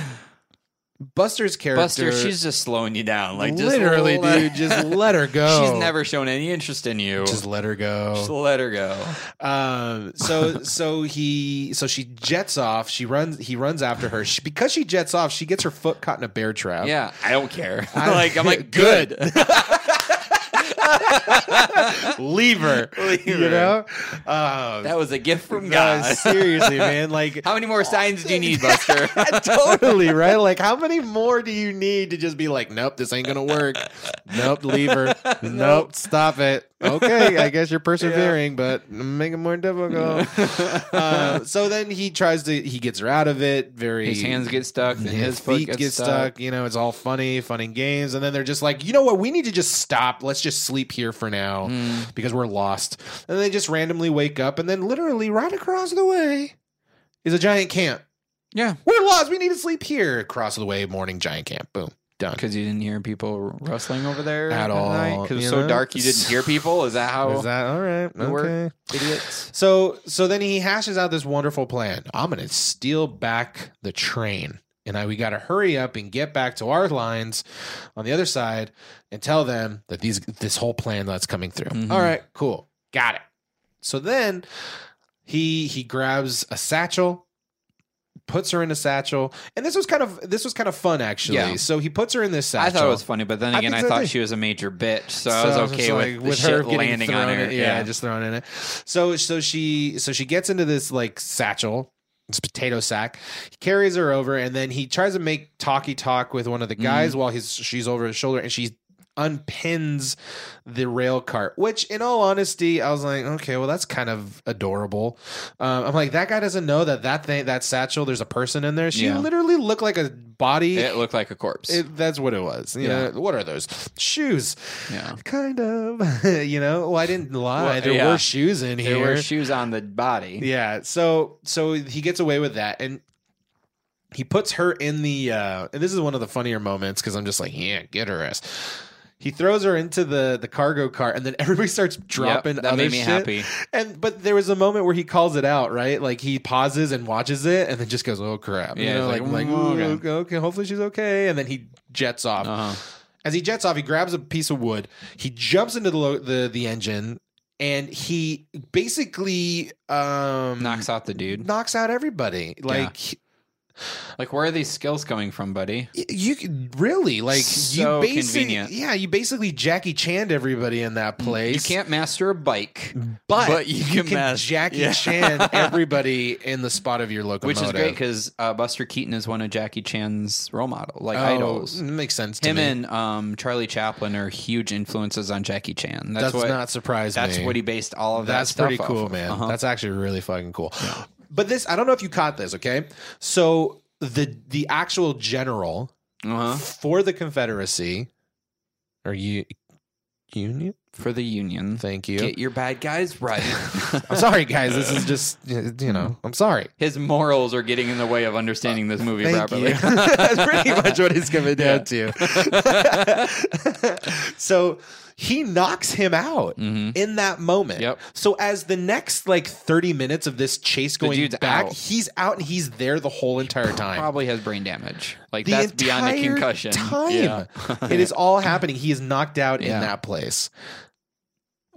B: Buster's character
A: Buster, she's just slowing you down. Like just
B: literally,
A: let-
B: dude, just let her go.
A: She's never shown any interest in you.
B: just
A: Just,
B: let her go.
A: let her go.
B: Um, so so he so she jets off. She runs. He runs after her she, because she jets off. She gets her foot caught in a bear trap.
A: Yeah, I don't care.
B: I-
A: like I'm like good.
B: Leave her.
A: Leave
B: you
A: her.
B: know? Um,
A: That was a gift from
B: no,
A: God.
B: seriously, man. Like,
A: How many more signs do you need, Buster?
B: totally, right? Like, how many more do you need to just be like, nope, this ain't going to work. Nope, leave her. nope, stop it. Okay, I guess you're persevering, but make it more difficult. uh, so then he tries to, he gets her out of it. Very.
A: His hands get stuck. Then his
B: his
A: foot
B: feet
A: gets
B: get stuck. You know, it's all funny, fun and games. And then they're just like, you know what? We need to just stop. Let's just sleep here for now
A: Mm.
B: because we're lost. And they just randomly wake up. And then, literally, right across the way is a giant camp.
A: Yeah,
B: We're lost. We need to sleep here. Across the way, morning giant camp. Boom. Done.
A: because you didn't hear people rustling over there
B: At all,
A: Because it was
B: you
A: so
B: know?
A: dark, you didn't hear people. Is that how
B: Is that all right?
A: Oh. It worked.
B: Okay.
A: idiots?
B: So, so then he hashes out this wonderful plan. I'm going to steal back the train. And I, we got to hurry up and get back to our lines on the other side and tell them that these this whole plan that's coming through.
A: Mhm.
B: All right, cool. Got it. So then he he grabs a satchel puts her in a satchel and this was kind of this was kind of fun actually
A: Yeah.
B: so he puts her in this
A: I
B: satchel
A: thought it was funny, but then
B: I
A: again, I,
B: think so,
A: thought
B: too.
A: she was a major bitch, so,
B: So
A: I
B: I
A: was okay
B: just
A: with,
B: like,
A: the shit
B: getting
A: landing
B: thrown
A: on her.
B: in- yeah, just thrown in it. So so she so she gets into this like satchel, this potato sack. He carries her over, and then he tries to make talky talk with one of the guys
A: Mm-hmm.
B: while he's she's over his shoulder, and she unpins the rail cart. Which, in all honesty, I was like, okay, well that's kind of adorable. Um, I'm like, that guy doesn't know that that thing that satchel, there's a person in there. She
A: Yeah.
B: literally looked like a body.
A: it looked like a corpse.
B: It- that's what it was. You
A: Yeah.
B: know, what are those shoes?
A: yeah.
B: Kind of, you know. Well, I didn't lie.
A: Well,
B: there
A: yeah.
B: were shoes in
A: There
B: here.
A: were shoes on the body.
B: yeah. So, so he gets away with that, and he puts her in the. uh And this is one of the funnier moments because I'm just like, yeah, get her ass. He throws her into the the cargo car, and then everybody starts dropping
A: Yep, that
B: other
A: made me
B: shit.
A: happy.
B: And but there was a moment where he calls it out, right? Like he pauses and watches it, and then just goes, "Oh crap!"
A: Yeah,
B: you know,
A: he's
B: like
A: like,
B: like,
A: "Mm,
B: "Ooh,
A: okay."
B: okay. hopefully she's okay. And then he jets off.
A: Uh-huh.
B: As he jets off, he grabs a piece of wood. He jumps into the lo- the, the engine, and he basically um,
A: Knocks out the dude.
B: knocks out everybody. Like
A: Like, where are these skills coming from, buddy?
B: y- you could really like
A: So
B: you basically
A: convenient.
B: yeah you basically Jackie Chan everybody in that
A: You
B: place.
A: can't master a bike,
B: but,
A: you
B: you can
A: mas-
B: Jackie
A: Yeah.
B: Chan everybody in the spot of your
A: which
B: locomotive,
A: is great because uh, Buster Keaton is one of Jackie Chan's role model, like
B: Oh,
A: idols.
B: makes sense. To
A: Him
B: me.
A: and um, Charlie Chaplin are huge influences on Jackie Chan. That's,
B: that's
A: what
B: not surprising.
A: that's what he based all of that
B: That's
A: stuff
B: pretty
A: off
B: cool,
A: of.
B: man.
A: Uh-huh.
B: That's actually really fucking cool. But this, I don't know if you caught this, okay? So the the actual general
A: Uh-huh.
B: for the Confederacy, or you Union?
A: for the union.
B: Thank you.
A: Get your bad guys right.
B: I'm sorry, guys. This is just you know. I'm sorry.
A: His morals are getting in the way of understanding this movie
B: Thank
A: properly.
B: you. That's pretty much what it's coming down to. so he knocks him out
A: Mhm.
B: in that moment.
A: Yep.
B: So as the next like 30 minutes of this chase going
A: dude's
B: back,
A: out.
B: he's out and he's there the whole entire time.
A: Probably has brain damage. Like
B: the
A: that's
B: entire
A: beyond a concussion.
B: Time.
A: Yeah.
B: it is all happening. He is knocked out
A: Yeah.
B: in that place.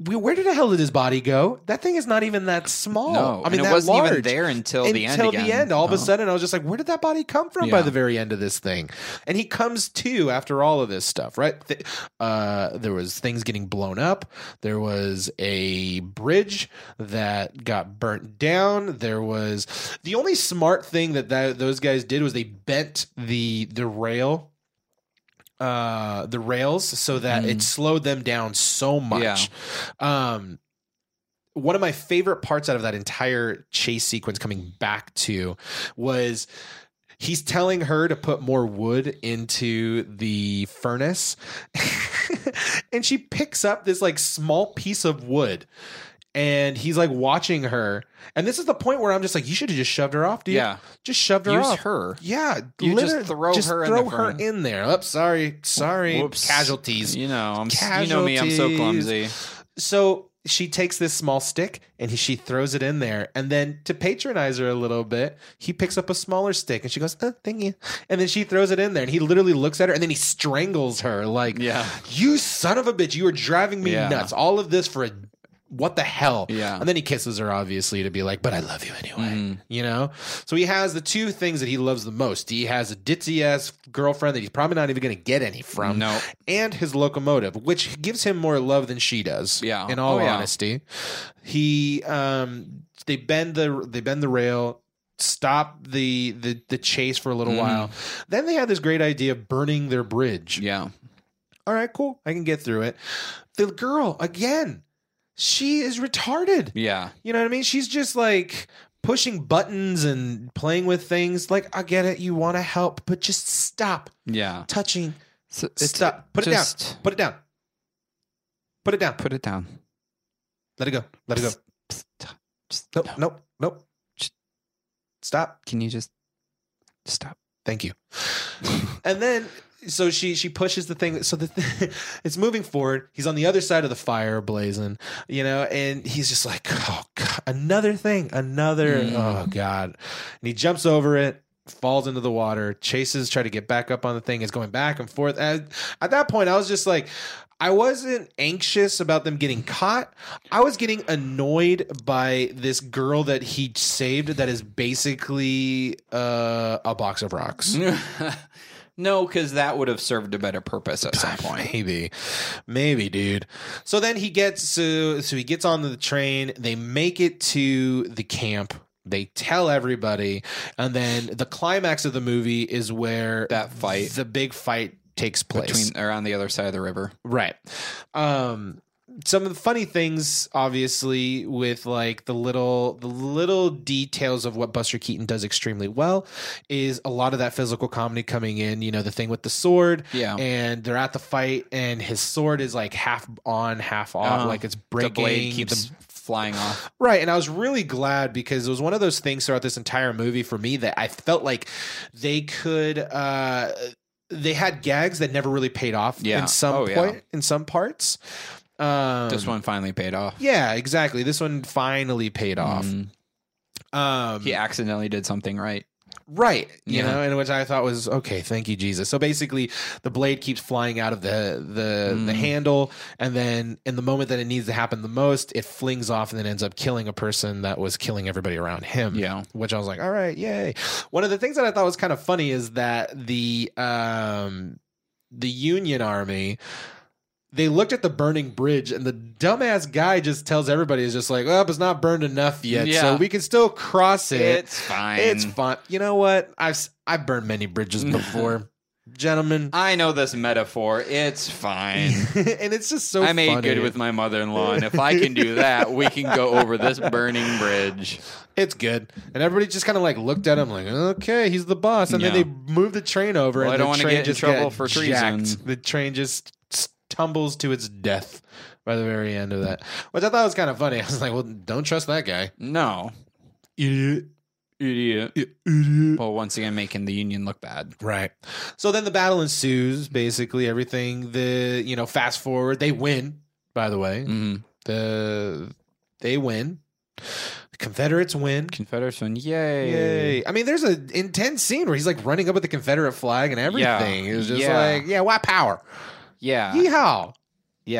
B: We, where did the hell did his body go? That thing is not even that small.
A: No,
B: I mean,
A: and
B: that
A: it wasn't
B: large.
A: even there until, the end.
B: Until
A: again.
B: the end, all of
A: Oh.
B: a sudden, I was just like, "Where did that body come from?"
A: Yeah.
B: By the very end of this thing, and he comes to after all of this stuff, right? Th- uh, there was things getting blown up. There was a bridge that got burnt down. There was the only smart thing that, that those guys did was they bent the the rail uh the rails so that
A: Mhm.
B: it slowed them down so much um one of my favorite parts out of that entire chase sequence coming back to was he's telling her to put more wood into the furnace and she picks up this like small piece of wood and he's like watching her and this is the point where i'm just like you should have just shoved her off dude
A: Yeah.
B: just shoved her
A: Use
B: off
A: her.
B: yeah
A: You just
B: literally
A: throw her in the furnace.
B: in there oh sorry sorry
A: Whoops.
B: casualties
A: You know, I'm s- you know me, I'm so clumsy.
B: Casualties. so she takes this small stick and he, she throws it in there. And then to patronize her a little bit, he picks up a smaller stick and she goes, oh, thank you. And then she throws it in there and he literally looks at her and then he strangles her like,
A: Yeah.
B: you son of a bitch, you are driving me
A: Yeah.
B: nuts. All of this for a what the hell?
A: Yeah. Mm-hmm.
B: And then he kisses her, obviously, to be like, but I love you anyway.
A: Mm.
B: You know? So he has the two things that he loves the most. He has a ditzy ass girlfriend that he's probably not even going to get any from.
A: No.
B: And his locomotive, which gives him more love than she does.
A: Yeah.
B: In all
A: Oh, yeah.
B: honesty. He um they bend the they bend the rail stop the the the chase for a little
A: Mhm.
B: while then they had this great idea of burning their bridge
A: Yeah.
B: all right, cool. I can get through it. The girl, again, she is retarded.
A: Yeah.
B: You know what I mean? She's just like pushing buttons and playing with things. Like, I get it. You want to help, but just stop
A: Yeah.
B: touching.
A: So
B: Stop. uh, Put it down.
A: just
B: Put it down. Put it down.
A: Put it down.
B: Let it go. Let it go.
A: Psst, psst, t- just-
B: Nope.
A: no.
B: Nope. Nope.
A: Just-
B: Stop.
A: Can you just stop?
B: Thank you. and then so she she pushes the thing so the th- it's moving forward he's on the other side of the fire blazing you know and he's just like oh god another thing another
A: Mm.
B: oh god and he jumps over it falls into the water chases try to get back up on the thing is going back and forth And at that point i was just like i wasn't anxious about them getting caught i was getting annoyed by this girl that he saved that is basically uh, a box of rocks
A: no, because that would have served a better purpose at some point.
B: Maybe, maybe, dude. So then he gets so so he gets on the train. They make it to the camp. They tell everybody, and then the climax of the movie is where
A: That fight.
B: the big fight, takes place.
A: Between or on the other side of the river.
B: Right. Um some of the funny things obviously with like the little the little details of what Buster Keaton does extremely well is a lot of that physical comedy coming in, you know, the thing with the sword
A: Yeah.
B: and they're at the fight and his sword is like half on, half off,
A: Uh-huh.
B: like it's
A: the
B: breaking.
A: blade keeps
B: The-
A: flying off.
B: right, and I was really glad because it was one of those things throughout this entire movie for me that I felt like they could uh they had gags that never really paid off
A: Yeah.
B: in some
A: Oh,
B: point
A: yeah.
B: in some parts. Um,
A: This one finally paid off.
B: yeah, exactly. This one finally paid off.
A: Mm.
B: Um,
A: He accidentally did something right.
B: Right. You
A: Yeah.
B: know, and which I thought was okay, thank you, Jesus. So basically the blade keeps flying out of the the, the
A: Mm.
B: handle, and then in the moment that it needs to happen the most, it flings off and then ends up killing a person that was killing everybody around him.
A: Yeah.
B: Which I was like, all right, yay. One of the things that I thought was kind of funny is that the um the Union Army they looked at the burning bridge and the dumbass guy just tells everybody is just like, well, it's not burned enough yet. So
A: Yeah.
B: we can still cross it.
A: It's fine.
B: It's fun. You know what? I've s- I've burned many bridges before, gentlemen.
A: I know this metaphor. It's fine.
B: and it's just so
A: I made
B: funny.
A: good with my mother-in-law, and if I can do that, we can go over this burning bridge.
B: it's good. And everybody just kind of like looked at him like, okay, he's the boss. And
A: Yeah.
B: then they moved the train over
A: Well, I
B: and
A: don't
B: the
A: wanna
B: train
A: get in
B: just
A: trouble
B: got
A: for
B: jacked.
A: treason.
B: The train just s- tumbles to its death by the very end of that. Which I thought was kind of funny. I was like, well, don't trust that guy.
A: No,
B: Idiot.
A: idiot.
B: Idiot.
A: Well, once again, making the union look bad.
B: Right. So then the battle ensues. Basically, everything. The you know, fast forward, they win. By the way,
A: Mm.
B: the they win. The Confederates win.
A: Confederation, yay!
B: Yay! I mean, there's an intense scene where he's like running up with the Confederate flag and everything. It was just
A: Yeah. Ah.
B: like, yeah, why power?
A: Yeah, yeah.
B: Yeehaw!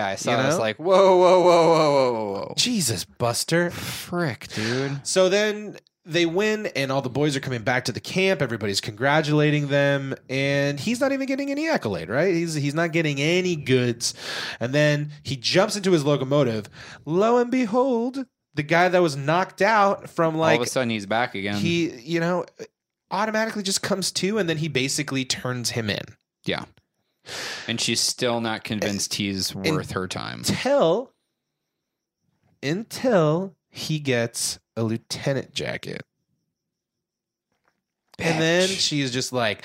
A: I saw.
B: You
A: I was
B: know?
A: like, whoa, whoa, whoa, whoa, whoa, whoa, whoa.
B: Jesus, Buster.
A: Frick, dude.
B: So then they win, and all the boys are coming back to the camp. Everybody's congratulating them, and he's not even getting any accolade, right? He's he's not getting any goods. And then he jumps into his locomotive. Lo and behold, the guy that was knocked out from
A: All of
B: like
A: a sudden, he's back again.
B: he, you know, automatically just comes to, and then he basically turns him in.
A: and she's still not convinced he's worth her time.
B: Until until he gets a lieutenant jacket. And then
A: Bitch.
B: she's just like,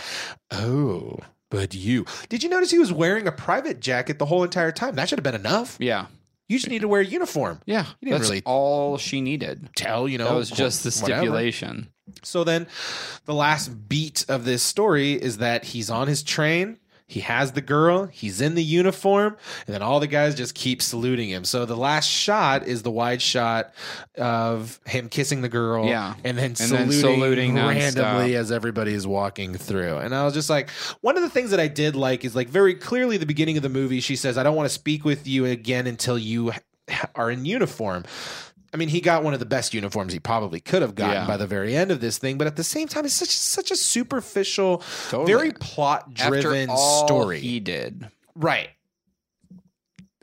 B: "Oh, but you did you notice he was wearing a private jacket the whole entire time? That should have been enough.
A: yeah,
B: You just need to wear a uniform.
A: yeah.
B: You didn't
A: That's
B: really-
A: all she needed.
B: Tell you know
A: That was just the
B: whatever.
A: stipulation.
B: So then the last beat of this story is that he's on his train. He has the girl, he's in the uniform, and then all the guys just keep saluting him. So the last shot is the wide shot of him kissing the girl
A: Yeah.
B: and then
A: then
B: saluting,
A: saluting nonstop.
B: randomly as everybody is walking through. And I was just like, one of the things that I did like is like very clearly the beginning of the movie, she says, I don't want to speak with you again until you are in uniform. I mean, he got one of the best uniforms he probably could have gotten
A: Yeah.
B: by the very end of this thing, but at the same time, it's such such a superficial,
A: Totally.
B: very plot driven
A: After all
B: story.
A: He did.
B: right.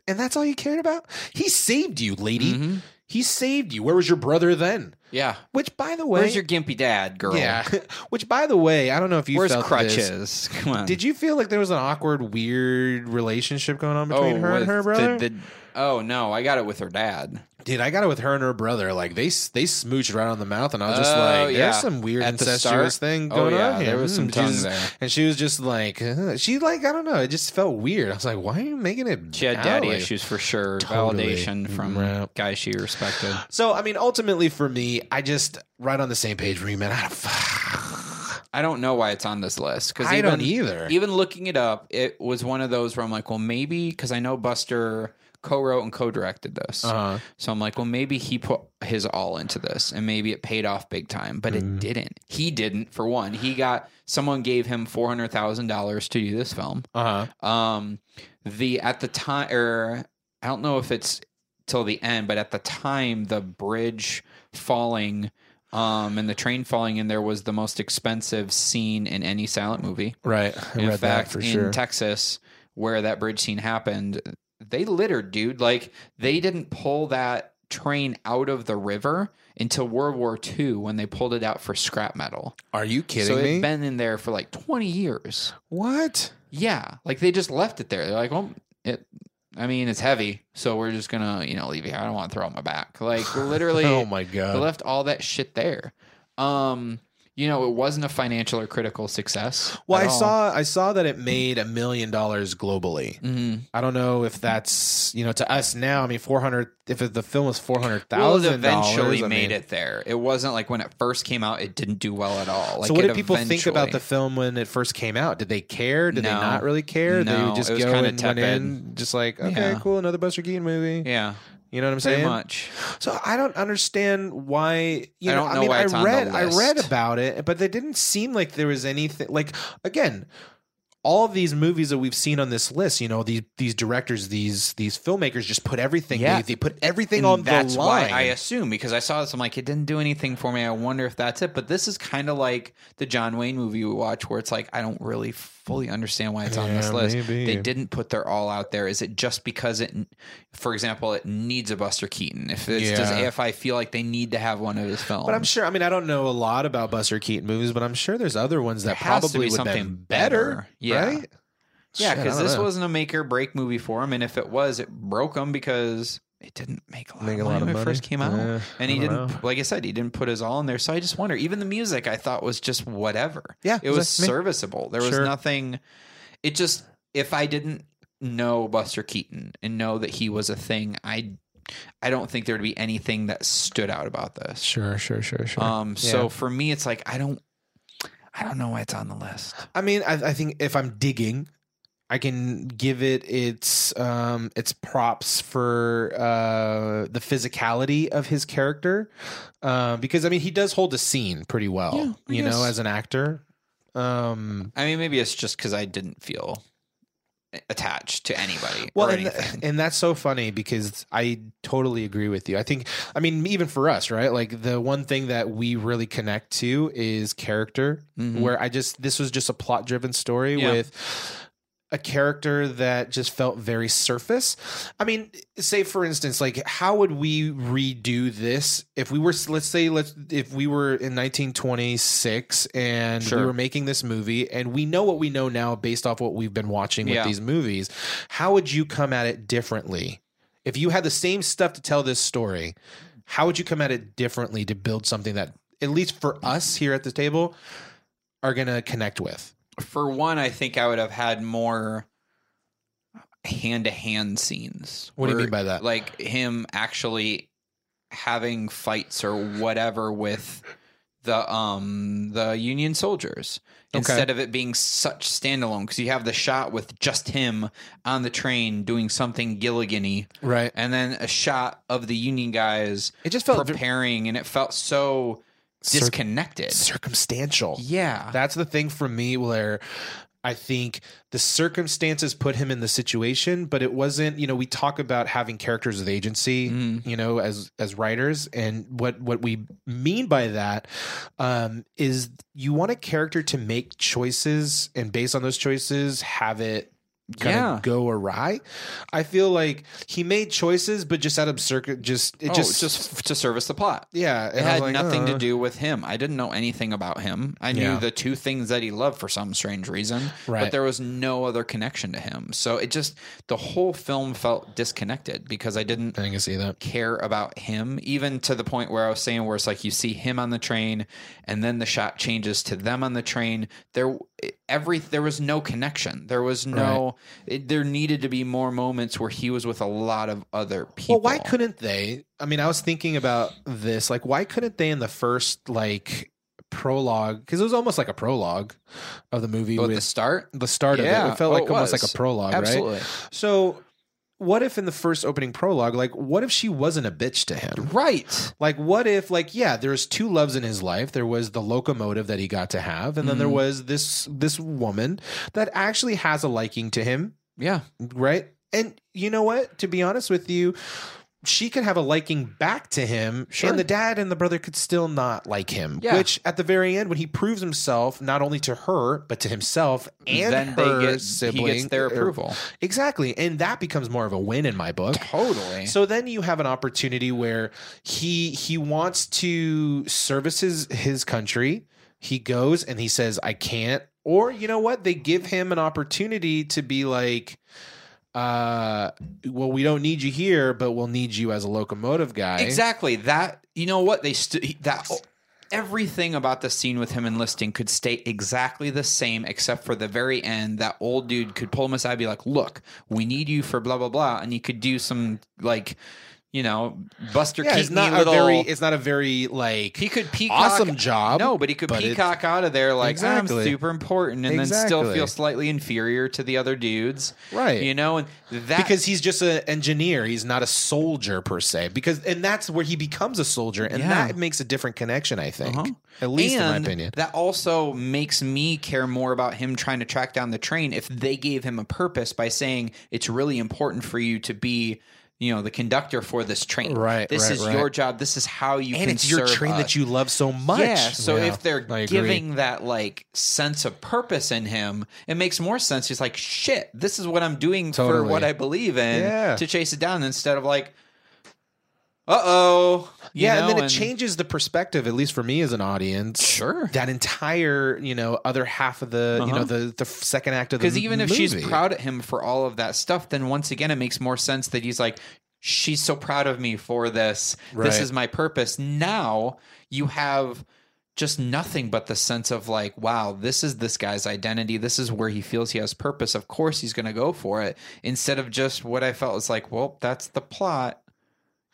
B: And that's all you cared about? He saved you, lady.
A: Mhm.
B: He saved you. Where was your brother then?
A: Yeah.
B: Which, by the way,
A: Where's your gimpy dad, girl?
B: yeah. Which, by the way, I don't know if you
A: Where's
B: felt
A: crutches?
B: This.
A: Come on.
B: Did you feel like there was an awkward, weird relationship going on between her and
A: Oh, with
B: her brother?
A: The, the, oh no, I got it with her dad.
B: Dude, I got it with her and her brother. Like they they smooched right on the mouth, and I was just
A: Oh,
B: like, "There's
A: yeah.
B: some weird
A: At the
B: incestuous
A: start?
B: thing
A: Oh,
B: going
A: yeah,
B: on here."
A: there was some
B: Mm,
A: tongue
B: she's-
A: there.
B: and she was just like, uh, she like I don't know. It just felt weird. I was like, "Why are you making it?"
A: She had daddy
B: out like-"
A: issues for sure.
B: Totally.
A: Validation from
B: Right.
A: guys she respected.
B: So I mean, ultimately for me, I just right on the same page with you, man. I don't,
A: I don't know why it's on this list because
B: I
A: even,
B: don't either.
A: even looking it up, it was one of those where I'm like, well, maybe because I know Buster co-wrote and co-directed this,
B: Uh-huh.
A: so I'm like, well, maybe he put his all into this, and maybe it paid off big time, but
B: Mm.
A: it didn't. He didn't for one. He got someone gave him four hundred thousand dollars to do this film.
B: Uh huh.
A: Um, the at the time, or I don't know if it's till the end, but at the time, the bridge falling, um, and the train falling in there was the most expensive scene in any silent movie.
B: Right. I
A: in
B: read
A: fact,
B: that for
A: in
B: sure.
A: Texas, where that bridge scene happened, they littered, dude. Like they didn't pull that train out of the river until World War II when they pulled it out for scrap metal.
B: Are you kidding
A: so
B: me?
A: it's been in there for like twenty years.
B: what?
A: Yeah, like they just left it there. They're like, well, it. I mean, it's heavy, so we're just gonna, you know, leave it. here. I don't want to throw it on my back. Like literally,
B: oh my
A: they
B: god.
A: left all that shit there. Um, you know, it wasn't a financial or critical success.
B: Well,
A: at
B: I
A: all.
B: saw I saw that it made a million dollars globally.
A: Mhm.
B: I don't know if that's you know to us now. I mean, four hundred. If the film was four hundred
A: Well, it
B: thousand dollars,
A: eventually made it there. It wasn't like when it first came out, it didn't do well at all. Like,
B: so, what
A: it
B: did people think about
A: eventually-
B: the film when it first came out? Did they care? Did they
A: No.
B: not really care?
A: No,
B: they just
A: it was
B: go
A: kinda
B: and went in,
A: tepid.
B: just like okay,
A: Yeah.
B: cool, another Buster Keaton movie.
A: Yeah,
B: You know what I'm
A: pretty
B: saying?
A: much.
B: So I don't understand why. You
A: I
B: know,
A: don't
B: I
A: know
B: mean,
A: why it's
B: I
A: on the
B: read, I read
A: list.
B: about it, but it didn't seem like there was anything. Like again, all of these movies that we've seen on this list, you know, these these directors, these these filmmakers, just put everything.
A: Yeah.
B: They, they put everything
A: And
B: on
A: that's
B: the line.
A: why I assume because I saw this, I'm like, it didn't do anything for me. I wonder if that's it. But this is kind of like the John Wayne movie we watch, where it's like, I don't really fully understand why it's on this
B: Yeah,
A: list.
B: maybe.
A: They didn't put their all out there. Is it just because it, for example, it needs a Buster Keaton? If it's, does
B: Yeah.
A: AFI feel like they need to have one of his films?
B: But I'm sure. I mean, I don't know a lot about Buster Keaton movies, but I'm sure there's other ones that
A: There has to
B: probably
A: be
B: would have
A: something
B: been better.
A: better. Yeah.
B: Right?
A: yeah,
B: Shit, I
A: because
B: don't
A: this
B: know.
A: wasn't a make or break movie for him, and if it was, it broke him because it didn't make a lot,
B: Make a
A: of, money
B: lot of
A: when
B: money.
A: it first came out.
B: Yeah,
A: and
B: I
A: he
B: don't
A: didn't,
B: know.
A: like I said, he didn't put his all in there. So I just wonder. Even the music, I thought was just whatever.
B: Yeah,
A: it was
B: like, meh.
A: serviceable. There was
B: Sure.
A: nothing. It just if I didn't know Buster Keaton and know that he was a thing, I I don't think there'd be anything that stood out about this.
B: Sure, sure, sure, sure.
A: Um.
B: Yeah.
A: So for me, it's like I don't I don't know why it's on the list.
B: I mean, I, I think if I'm digging, I can give it its um, its props for uh, the physicality of his character, uh, because I mean he does hold a scene pretty well,
A: Yeah, I
B: you know,
A: guess.
B: as an actor. Um,
A: I mean, maybe it's just because I didn't feel attached to anybody
B: well,
A: or
B: and,
A: anything.
B: and that's so funny because I totally agree with you. I think, I mean, even for us, right? Like the one thing that we really connect to is character.
A: Mhm.
B: where I just this was just a plot driven story
A: Yeah.
B: with a character that just felt very surface. I mean, say for instance, like how would we redo this if we were let's say let's if we were in 1926 and we
A: Sure.
B: were making this movie and we know what we know now based off what we've been watching with
A: Yeah.
B: these movies, how would you come at it differently? If you had the same stuff to tell this story, how would you come at it differently to build something that at least for us here at this table are going to connect with.
A: for one, I think I would have had more hand to hand scenes.
B: What do you
A: Where,
B: mean by that?
A: Like him actually having fights or whatever with the um the Union soldiers
B: Okay.
A: instead of it being such standalone because you have the shot with just him on the train doing something Gilligany
B: Right.
A: and then a shot of the Union guys
B: It just felt
A: preparing and it felt so
B: Cir-
A: disconnected.
B: circumstantial.
A: yeah.
B: That's the thing for me where I think the circumstances put him in the situation, but it wasn't, you know, we talk about having characters with agency,
A: Mm.
B: you know, as as writers and what what we mean by that um is you want a character to make choices and based on those choices have it kind
A: Yeah.
B: of go awry. I feel like he made choices but just out of circuit just it
A: oh,
B: just
A: just just f- to service the plot.
B: yeah,
A: It had nothing
B: "Uh."
A: to do with him. I didn't know anything about him. I knew
B: Yeah.
A: the two things that he loved for some strange reason,
B: Right.
A: but there was no other connection to him. So it just the whole film felt disconnected because I didn't
B: I can see that.
A: care about him, even to the point where I was saying where it's like you see him on the train, and then the shot changes to them on the train. There, every there was no connection. There was no. It, there needed to be more moments where he was with a lot of other people.
B: Well, why couldn't they? I mean, I was thinking about this. Like, why couldn't they in the first like prologue? Because it was almost like a prologue of the movie
A: But at
B: with
A: the start?
B: the, start of it.
A: Yeah.
B: It felt
A: Oh,
B: like
A: it
B: almost
A: was.
B: like a prologue,
A: Absolutely.
B: right? So, what if in the first opening prologue, like, what if she wasn't a bitch to him?
A: Right.
B: Like, what if, like, yeah, there's two loves in his life. There was the locomotive that he got to have, and then there
A: Mhm.
B: was this this woman that actually has a liking to him
A: Yeah.
B: right? And you know what? To be honest with you, she could have a liking back to him,
A: Sure.
B: and the dad and the brother could still not like him.
A: Yeah.
B: Which, at the very end, when he proves himself not only to her but to himself and
A: then
B: her
A: they get
B: sibling, er,
A: he gets their
B: or-
A: approval.
B: exactly, and that becomes more of a win in my book.
A: Totally.
B: So then you have an opportunity where he he wants to service his, his country. He goes and he says, "I can't." Or you know what? They give him an opportunity to be like, uh, "Well, we don't need you here, but we'll need you as a locomotive guy."
A: Exactly. That you know what they st- he- that oh, everything about the scene with him enlisting could stay exactly the same except for the very end that old dude could pull him aside and be like, "Look, we need you for blah blah blah." And he could do some like, you know, Buster
B: Yeah, it's
A: Keaton
B: not a
A: little
B: very. It's not a very like
A: he could peacock
B: awesome job.
A: No, but he could
B: but it-
A: peacock out of there like
B: Exactly.
A: I'm super important and then still
B: Exactly.
A: feel slightly inferior to the other dudes.
B: Right.
A: You know, and that
B: because he's just an engineer he's not a soldier per se because and that's where he becomes a soldier and
A: Yeah.
B: that makes a different connection i think
A: Uh-huh.
B: at least in my
A: And
B: opinion
A: That also makes me care more about him trying to track down the train if they gave him a purpose by saying it's really important for you to be, you know, the conductor for this train.
B: Right,
A: This
B: right,
A: is
B: right.
A: your job. This is how you
B: and
A: can
B: it's your
A: serve
B: train
A: us.
B: that you love so much
A: Yeah. So if they're
B: I agree.
A: giving that like sense of purpose in him, it makes more sense. He's like, shit, this is what I'm doing for
B: Totally.
A: what I believe in
B: Yeah.
A: to chase it down instead of like, uh oh.
B: yeah and then it changes the perspective at least for me as an audience
A: Sure.
B: that entire you know other half of the you
A: Uh-huh.
B: know the the second act of the
A: Because even if she's
B: movie.
A: proud at him for all of that stuff, then once again, it makes more sense that he's like, she's so proud of me for this. This
B: Right.
A: is my purpose. Now you have just nothing but the sense of like, wow, this is this guy's identity. This is where he feels he has purpose. Of course, he's going to go for it. Instead of just what I felt was like, well, that's the plot,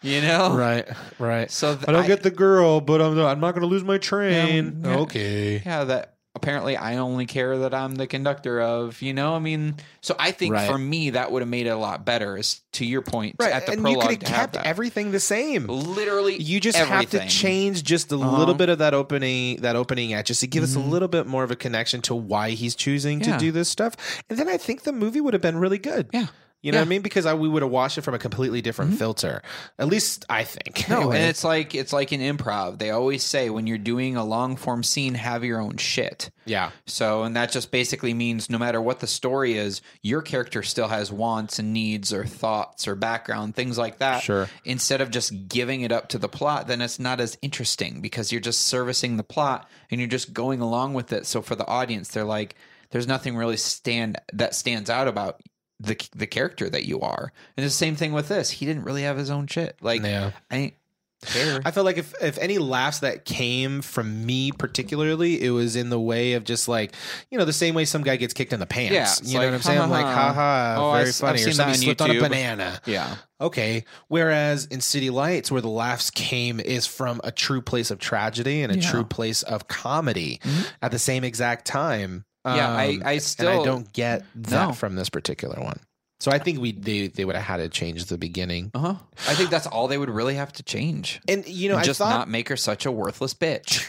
A: you know?
B: right right
A: So th-
B: i don't get the girl but i'm i'm not gonna lose my train
A: Yeah.
B: okay
A: yeah that apparently i only care that i'm the conductor of you know i mean so i think
B: Right.
A: for me that would have made it a lot better is to your point at the
B: and you
A: prologue
B: could have
A: to have
B: kept
A: that.
B: everything the same
A: literally
B: you just
A: everything.
B: have to change just a
A: Uh-huh.
B: little bit of that opening that opening act just to give us a
A: Mhm.
B: little bit more of a connection to why he's choosing
A: Yeah.
B: to do this stuff and then i think the movie would have been really good
A: Yeah.
B: you know what
A: Yeah.
B: i mean because I, we would have watched it from a completely different
A: Mhm.
B: filter at least i think
A: no
B: Anyway.
A: and it's like it's like in improv they always say when you're doing a long form scene have your own shit
B: yeah
A: so and that just basically means no matter what the story is your character still has wants and needs or thoughts or background things like that
B: sure
A: instead of just giving it up to the plot, then it's not as interesting because you're just servicing the plot and you're just going along with it. So for the audience, they're like, there's nothing really stand that stands out about the the character that you are. And the same thing with this. He didn't really have his own shit. Like
B: yeah
A: I ain't care.
B: I felt like if, if any laughs that came from me particularly, it was in the way of just like, you know, the same way some guy gets kicked in the
A: Yeah,
B: pants.
A: it's
B: you know
A: like,
B: what I'm
A: ha,
B: saying?
A: ha,
B: like,
A: ha.
B: haha,
A: Oh, I
B: very
A: s- I've
B: funny. or
A: seen that
B: somebody
A: on
B: slipped on a
A: YouTube.
B: banana.
A: yeah.
B: Okay. Whereas in City Lights, where the laughs came is from a true place of tragedy and a
A: Yeah.
B: true place of comedy
A: Mhm.
B: at the same exact time.
A: Yeah, I,
B: Um,
A: I
B: and
A: still
B: I don't get that
A: No.
B: from this particular one. So I think we they, they would have had to change the beginning.
A: uh-huh. I think that's all they would really have to change.
B: And you know,
A: And just
B: I thought
A: not make her such a worthless bitch.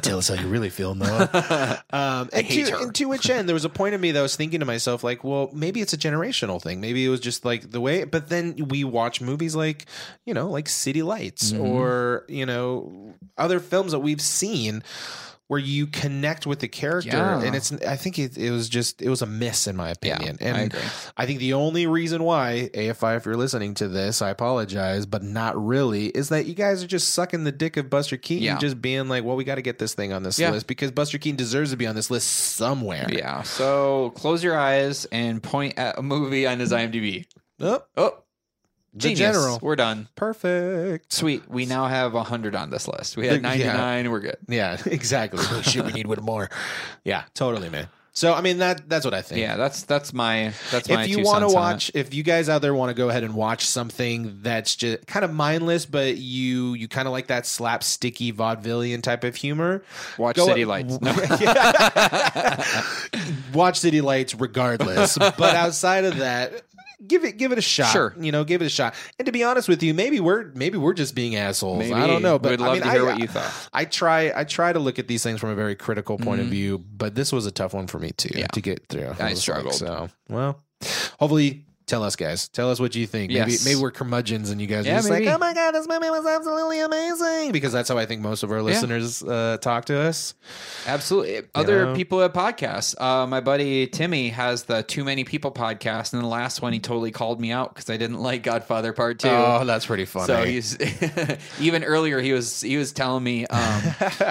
B: Tell us how you really feel, Noah. Um, and,
A: hate
B: to,
A: her.
B: and to which end, there was a point in me that I was thinking to myself, like, well, maybe it's a generational thing. Maybe it was just like the way. But then we watch movies like, you know, like City Lights
A: Mhm.
B: or you know, other films that we've seen where you connect with the character,
A: Yeah.
B: and it's. I think it, it was just it was a miss in my
A: yeah,
B: opinion,
A: I
B: and
A: agree.
B: I think the only reason why AFI, if you're listening to this, I apologize, but not really, is that you guys are just sucking the dick of Buster Keaton,
A: Yeah.
B: just being like, well, we got to get this thing on this
A: Yeah.
B: list because Buster Keaton deserves to be on this list somewhere.
A: Yeah. So close your eyes and point at a movie on his IMDb.
B: Oh,
A: Oh,
B: the
A: genius.
B: general.
A: We're done.
B: Perfect.
A: Sweet. We now have 100 on this list. We
B: Yeah.
A: had 99. We're good.
B: Yeah, exactly. Oh, shit, we need one more. Yeah, totally, man. So, I mean, that that's what I think.
A: Yeah, that's that's my that's my
B: if you
A: two
B: want to
A: cents on it.
B: watch if you guys out there want to go ahead and watch something that's just kind of mindless but you you kind of like that slapsticky vaudevillian type of humor
A: watch
B: go-
A: City Lights. No.
B: watch city lights regardless but outside of that give it give it a shot
A: Sure.
B: you know give it a shot and to be honest with you maybe we're maybe we're just being assholes
A: Maybe.
B: i don't know but
A: we'd
B: I
A: love
B: mean,
A: to hear
B: I-
A: what you thought.
B: I try I try to look at these things from a very critical point of
A: Mhm.
B: view, but this was a tough one for me too
A: Yeah.
B: to get through. It was like,
A: struggled.
B: so well, hopefully. Tell us, guys. Tell us what you think.
A: Yes.
B: Maybe maybe we're curmudgeons, and you guys
A: Yeah,
B: are just
A: maybe.
B: like, "Oh my god, this movie was absolutely amazing!" Because that's how I think most of our listeners uh, talk to us.
A: Absolutely. Other
B: know?
A: people at podcasts. Uh, my buddy Timmy has the Too Many People podcast, and the last one he totally called me out because I didn't like Godfather Part Two.
B: Oh, that's pretty funny.
A: so he's even earlier. He was he was telling me um,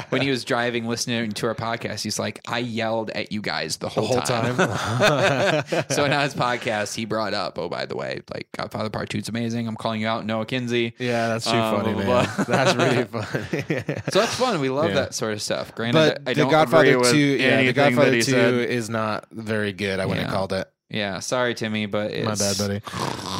A: when he was driving listening to our podcast. He's like, I yelled at you guys the whole,
B: the whole time.
A: so in his podcast, he brought up, oh by the way, like Godfather Part Two is amazing. I'm calling you out, Noah Kinsey.
B: yeah, that's too
A: Uh,
B: funny,
A: blah,
B: man.
A: blah, blah.
B: That's really funny.
A: So that's fun. We love
B: Yeah.
A: that sort of stuff. Granted,
B: but
A: I
B: the
A: don't
B: Godfather
A: agree with
B: Two, yeah, the
A: anything that
B: Godfather
A: he
B: Two
A: said.
B: is not very good. I wouldn't
A: Yeah.
B: have called it.
A: Yeah, sorry, Timmy, but it's,
B: My bad, buddy.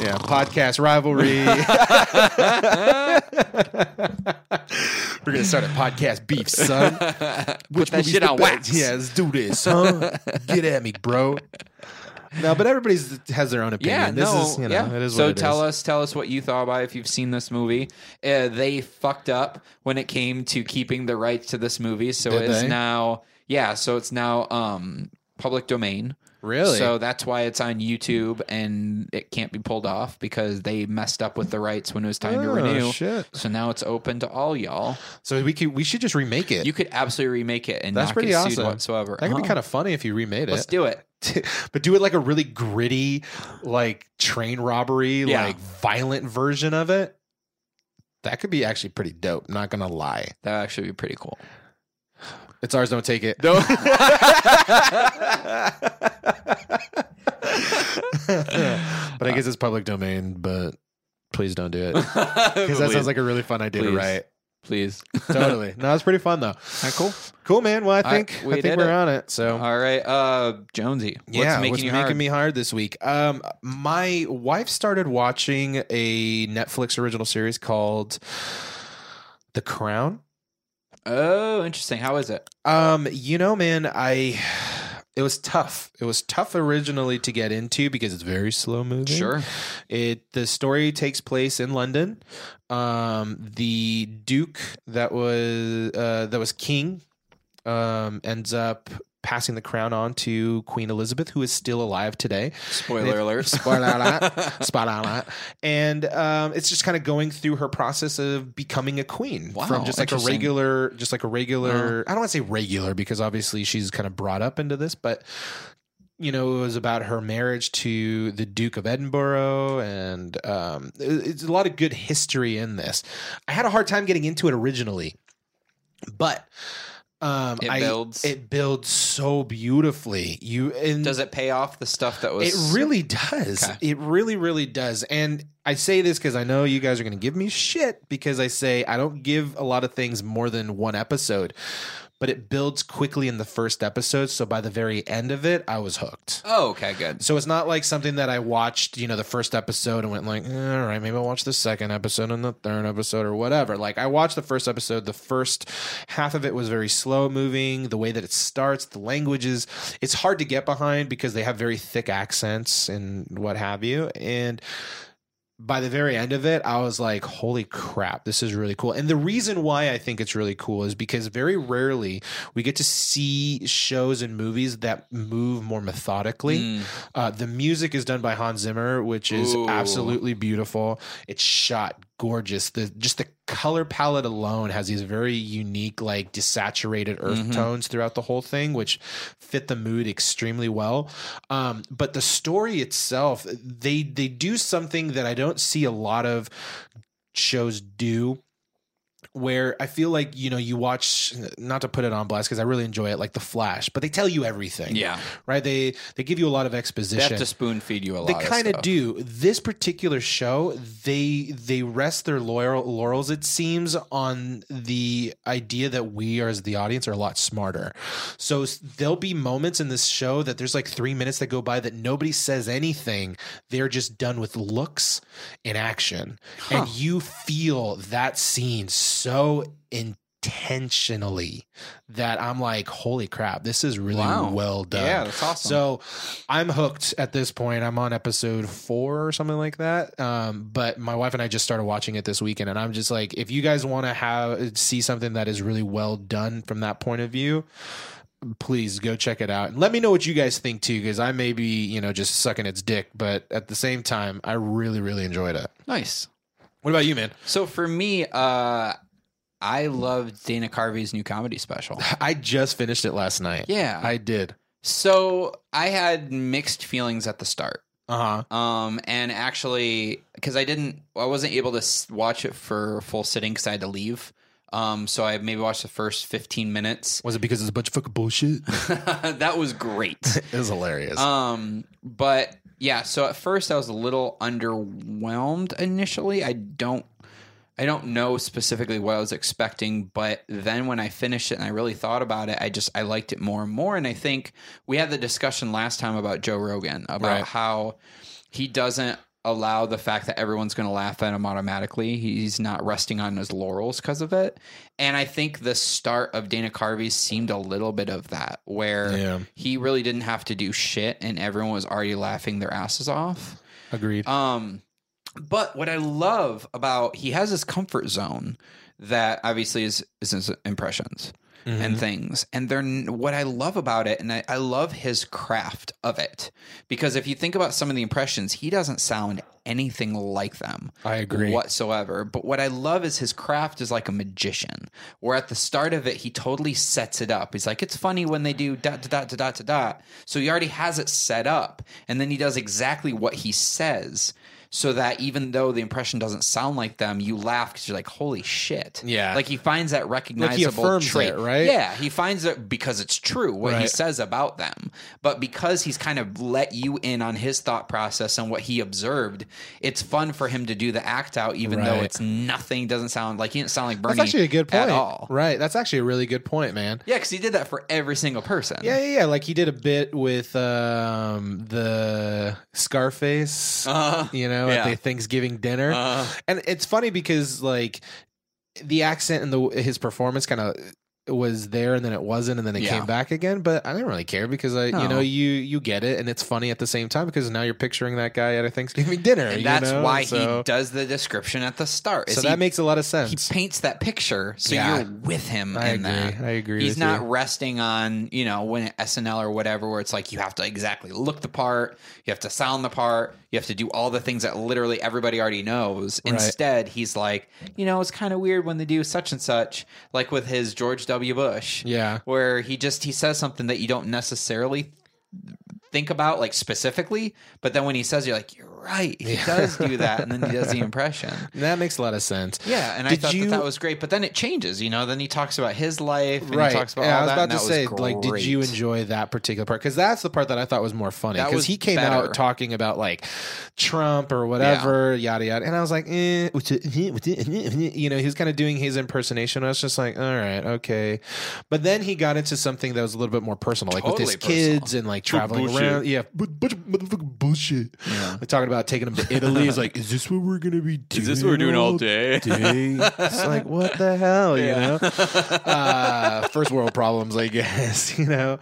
B: Yeah, podcast rivalry. We're gonna start a podcast beef, son. Which
A: that
B: movie's
A: shit
B: the
A: on
B: best?
A: wax.
B: Yeah, let's do this, huh? Get at me, bro. No, but everybody's has their own opinion.
A: Yeah,
B: this
A: no,
B: is you know,
A: yeah.
B: it is
A: so
B: what it
A: tell
B: is.
A: us, tell us what you thought about it if you've seen this movie. Uh, they fucked up when it came to keeping the rights to this movie, so
B: Did
A: it's
B: they?
A: now yeah, so it's now um public domain.
B: Really?
A: So that's why it's on YouTube and it can't be pulled off because they messed up with the rights when it was time to
B: Oh,
A: renew.
B: shit.
A: So now it's open to all y'all.
B: So we could we should just remake it.
A: You could absolutely remake it and
B: That's
A: not
B: pretty
A: get
B: awesome.
A: sued whatsoever.
B: that could be
A: Uh-huh.
B: kind of funny if you remade
A: Let's
B: it.
A: do it.
B: but do it like a really gritty, like train robbery,
A: Yeah.
B: like violent version of it. That could be actually pretty dope. Not gonna lie.
A: That would actually be pretty cool.
B: It's ours. Don't take it.
A: No. Uh,
B: but I guess it's public domain. But please don't do it because that sounds like a really fun idea
A: Please.
B: to write.
A: please.
B: Totally. No, it's pretty fun though.
A: cool.
B: Cool, man. Well, I
A: I-
B: think I,
A: we
B: think
A: did
B: we're
A: it.
B: on it. So
A: All right, uh, Jonesy. What's
B: Oh. yeah,
A: making
B: what's
A: you
B: making
A: hard?
B: me hard this week? Um, my wife started watching a Netflix original series called The Crown.
A: Oh, interesting. How is it?
B: Um, you know, man, I it was tough. It was tough originally to get into because it's very slow moving. It the story takes place in London. Um, the Duke that was uh, that was king um, ends up passing the crown on to Queen Elizabeth, who is still alive today.
A: Spoiler alert.
B: Spoiler alert. Spot on that. And um, it's just kind of going through her process of becoming a queen
A: Wow,
B: from just like a
A: interesting.
B: regular, just like a regular. I don't want to say regular because obviously she's kind of brought up into this, but you know it was about her marriage to the Duke of Edinburgh, and um, it- it's a lot of good history in this. I had a hard time getting into it originally, but. Um,
A: It
B: I-
A: builds.
B: It builds so beautifully. You and
A: Does it pay off the stuff that was?
B: it really does.
A: Okay.
B: It really, really does. And I say this because I know you guys are going to give me shit because I say I don't give a lot of things more than one episode, but it builds quickly in the first episode. So by the very end of it, I was hooked.
A: Oh, okay, good.
B: So it's not like something that I watched, you know, the first episode and went like, all right, maybe I'll watch the second episode and the third episode or whatever. Like I watched the first episode, the first half of it was very slow moving, the way that it starts, the languages, it's hard to get behind because they have very thick accents and what have you. And by the very end of it, I was like, holy crap, this is really cool. And the reason why I think it's really cool is because very rarely we get to see shows and movies that move more methodically.
A: Mm,
B: Uh, the music is done by Hans Zimmer, which is
A: Ooh.
B: absolutely beautiful. It's shot gorgeous. The just the color palette alone has these very unique, like desaturated earth
A: Mhm.
B: tones throughout the whole thing, which fit the mood extremely well. Um, but the story itself, they they do something that I don't see a lot of shows do where I feel like, you know, you watch not to put it on blast because I really enjoy it, like The Flash, but they tell you everything.
A: Yeah,
B: Right? They they give you a lot of
A: they have
B: exposition.
A: to spoon feed you a lot.
B: They kind of
A: stuff.
B: do. This particular show, they they rest their laurel, laurels, it seems, on the idea that we are, as the audience, are a lot smarter. So s- there'll be moments in this show that there's like three minutes that go by that nobody says anything. They're just done with looks and action,
A: Huh.
B: and you feel that scene so intentionally that I'm like, holy crap, this is really
A: Wow.
B: well done.
A: Yeah, that's awesome.
B: So I'm hooked at this point. I'm on episode four or something like that. Um, but my wife and I just started watching it this weekend, and I'm just like, if you guys want to have see something that is really well done from that point of view, please go check it out. And let me know what you guys think too, because I may be you know just sucking its dick, but at the same time, I really really enjoyed it.
A: nice.
B: What about you, man?
A: So for me, uh, I loved Dana Carvey's new comedy special.
B: I just finished it last night.
A: Yeah.
B: I did.
A: so I had mixed feelings at the start.
B: Uh huh.
A: Um, and actually, because I didn't, I wasn't able to s- watch it for a full sitting because I had to leave. Um, so I maybe watched the first 15 minutes.
B: Was it because it's a bunch of fucking bullshit?
A: that was great.
B: it was hilarious.
A: Um, but yeah, so at first I was a little underwhelmed initially. I don't I don't know specifically what I was expecting, but then when I finished it and I really thought about it, I just I liked it more and more and I think we had the discussion last time about Joe Rogan about
B: Right.
A: how he doesn't allow the fact that everyone's going to laugh at him automatically. He's not resting on his laurels because of it. And I think the start of Dana Carvey seemed a little bit of that where
B: yeah.
A: he really didn't have to do shit and everyone was already laughing their asses off
B: Agreed.
A: um but what i love about he has this comfort zone that obviously is is his impressions
B: Mm-hmm.
A: and things and they're n- what i love about it and I, I love his craft of it because if you think about some of the impressions he doesn't sound anything like them
B: I agree.
A: whatsoever. But what I love is his craft is like a magician, where at the start of it, he totally sets it up. He's like, it's funny when they do dot, dot, dot, dot, dot, dot, dot. So he already has it set up. And then he does exactly what he says so that even though the impression doesn't sound like them, you laugh because you're like, holy shit.
B: Yeah.
A: Like he finds that recognizable
B: affirms
A: trait.
B: it, right?
A: Yeah. He finds it because it's true what he
B: Right.
A: says about them. But because he's kind of let you in on his thought process and what he observed, it's fun for him to do the act out, even though
B: Right.
A: it's nothing, doesn't sound like he didn't sound like Bernie.
B: That's actually a good point.
A: At all.
B: Right. That's actually a really good point, man.
A: Yeah, because he did that for every single person.
B: Yeah, yeah, yeah. Like he did a bit with um, the Scarface,
A: Uh,
B: you know, at
A: yeah.
B: the Thanksgiving dinner.
A: uh,
B: and it's funny because like the accent and the his performance kind of was there and then it wasn't and then it
A: Yeah.
B: came back again but i didn't really care because i
A: No.
B: you know you you get it and it's funny at the same time because now you're picturing that guy at a thanksgiving dinner
A: and
B: you
A: that's
B: know?
A: why
B: so,
A: he does the description at the start. is
B: so
A: he,
B: that makes a lot of
A: he
B: sense
A: paints that picture, so
B: Yeah.
A: you're with him
B: i
A: in
B: agree
A: that.
B: i agree
A: He's
B: with
A: not
B: you.
A: resting on, you know, when at SNL or whatever, where it's like you have to exactly look the part, you have to sound the part, you have to do all the things that literally everybody already knows.
B: Right.
A: Instead, he's like, you know, it's kind of weird when they do such and such, like with his George W. Bush,
B: yeah
A: where he just he says something that you don't necessarily think about like specifically, but then when he says, it, you're like, you're right, he
B: Yeah.
A: does do that, and then he does the impression.
B: that makes a lot of sense
A: Yeah, and I
B: Did
A: thought
B: you-
A: that that was great. But then it changes, you know. Then he talks about his life, and
B: right.
A: He talks about
B: yeah,
A: all
B: I was
A: that,
B: about
A: and
B: to
A: that
B: say,
A: was
B: like, did you
A: great.
B: enjoy that particular part? Because that's the part that I thought was more funny.
A: That
B: Because
A: was
B: he came
A: better.
B: out talking about like Trump or whatever, yada yada, and I was like, eh, what's it- eh, what's it- eh, eh, you know, he was kind of doing his impersonation. I was just like, all right, okay. But then he got into something that was a little bit more personal, like with
A: Totally
B: his
A: personal.
B: kids and like traveling
A: bullshit.
B: around. Yeah, but bunch of motherfucking bullshit.
A: Yeah.
B: We're talking about taking him to Italy. He's like, is this what we're gonna be doing?
C: Is this what we're doing all day?
B: day? It's like, what the hell, you
A: Yeah.
B: know? Uh, first world problems, I guess, you know.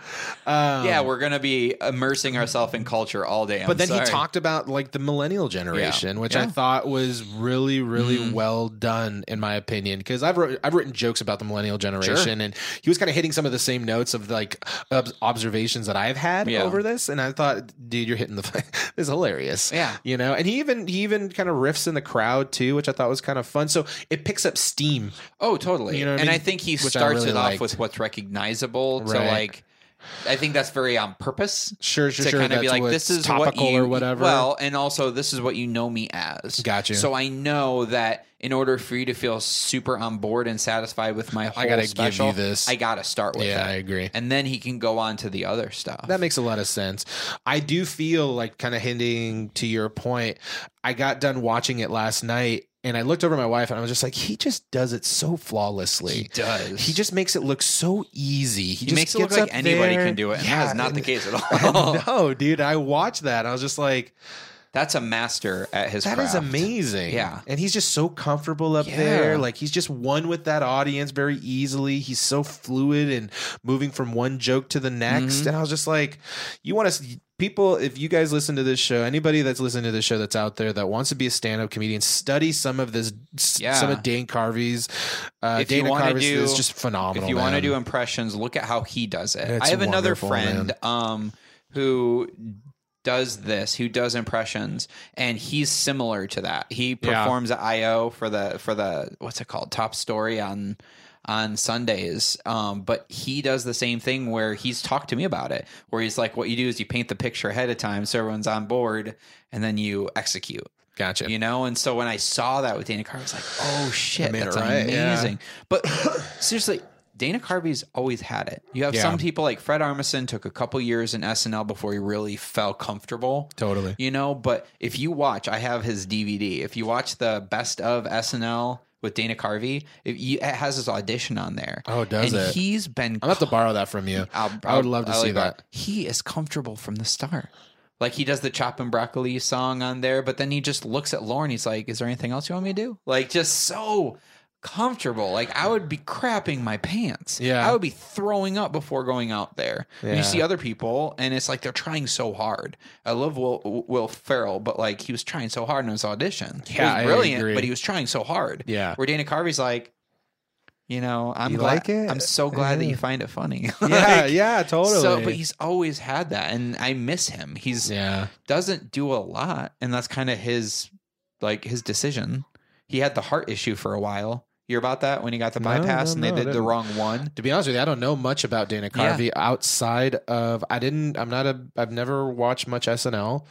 B: Um,
A: yeah, we're gonna be immersing ourselves in culture all day. I'm
B: but then
A: sorry.
B: he talked about like the millennial generation, which I
A: Yeah.
B: thought was really, really
A: Mhm.
B: well done in my opinion. Because I've wrote, I've written jokes about the millennial generation, and he was kind of hitting some of the same notes of like ob- observations that I've had
A: Yeah.
B: over this, and I thought, dude, you're hitting the this is hilarious.
A: Yeah.
B: You know, and he even he even kind of riffs in the crowd too, which I thought was kind of fun. So it picks up steam.
A: Oh, totally.
B: You know what I
A: and
B: mean?
A: I think he
B: Which I
A: starts
B: really
A: it
B: liked.
A: off with what's recognizable to
B: Right.
A: like. I think that's very on purpose
B: Sure, sure,
A: to
B: sure.
A: kind of be
B: that's
A: like,
B: what's
A: this is
B: topical
A: what you, e-"
B: or whatever.
A: Well, and also this is what you know me as.
B: Gotcha.
A: So I know that in order for you to feel super on board and satisfied with my whole
B: I gotta give
A: special,
B: you this.
A: I gotta start with
B: yeah, I
A: it,
B: agree.
A: and then he can go on to the other stuff.
B: That makes a lot of sense. I do feel like kind of hinting to your point. I got done watching it last night and I looked over at my wife and I was just like, he just does it so
A: he
B: flawlessly.
A: does.
B: He just makes it look so easy. He,
A: he,
B: just
A: makes it look
B: gets
A: like
B: up
A: anybody
B: there.
A: can do it. And that is not the
B: and-
A: case at all.
B: no, dude, I watched that. I was just like,
A: That's a master at his.
B: that is
A: craft.
B: amazing.
A: Yeah.
B: And he's just so comfortable up
A: Yeah.
B: there. Like he's just one with that audience very easily. He's so fluid and moving from one joke to the next.
A: Mhm.
B: And I was just like, you want to people if you guys listen to this show anybody that's listening to this show that's out there that wants to be a stand-up comedian study some of this s-
A: Yeah.
B: some of dane carvey's uh
A: If you
B: dana
A: wanna
B: carvey's
A: do-
B: is just phenomenal
A: If you want to
B: man.
A: do impressions, look at how he does it.
B: It's
A: I have another
B: wonderful,
A: friend um, who does this, who does impressions, and he's similar to that. He
B: Yeah.
A: performs at IO for the for the what's it called top story on on Sundays. Um, but he does the same thing where he's talked to me about it, where he's like, "What you do is you paint the picture ahead of time, so everyone's on board, and then you execute."
B: gotcha
A: You know, and so when I saw that with Dana Carvey, I was like, "Oh shit,
B: made it
A: that's
B: right, yeah.
A: amazing!" But seriously, Dana Carvey's always had it. You have
B: Yeah.
A: some people like Fred Armisen took a couple years in SNL before he really felt comfortable.
B: totally
A: You know, but if you watch, I have his DVD. If you watch the best of SNL with Dana Carvey, if you, it has his audition on there.
B: Oh, does
A: and
B: it?
A: he's been
B: i'm gonna have to borrow that from you
A: I'll-
B: i would love to
A: I'll-
B: see
A: I'll-
B: that
A: He is comfortable from the start. Like he does the chop and broccoli song on there, but then he just looks at Lauren. He's like, "Is there anything else you want me to do?" Like just so comfortable. Like I would be crapping my pants.
B: Yeah.
A: I would be throwing up before going out there. And
B: Yeah.
A: you see other people, and it's like they're trying so hard. I love Will Will Ferrell, but like he was trying so hard in his audition. He
B: Yeah, I
A: was brilliant,
B: agree.
A: but he was trying so hard.
B: yeah
A: Where Dana Carvey's like, you know, I'm
B: You
A: glad,
B: like it?
A: I'm so glad that
B: Yeah.
A: you find it funny.
B: yeah
A: Like,
B: yeah totally
A: so, but he's always had that, and I miss him. He's
B: yeah
A: doesn't do a lot, and that's kind of his like his decision. He had the heart issue for a while. You're about that when he got the
B: No, no,
A: bypass and they
B: no, I
A: did the
B: didn't.
A: wrong one.
B: To be honest with you, I don't know much about Dana Carvey outside of I didn't. I'm not a. I've never watched much SNL,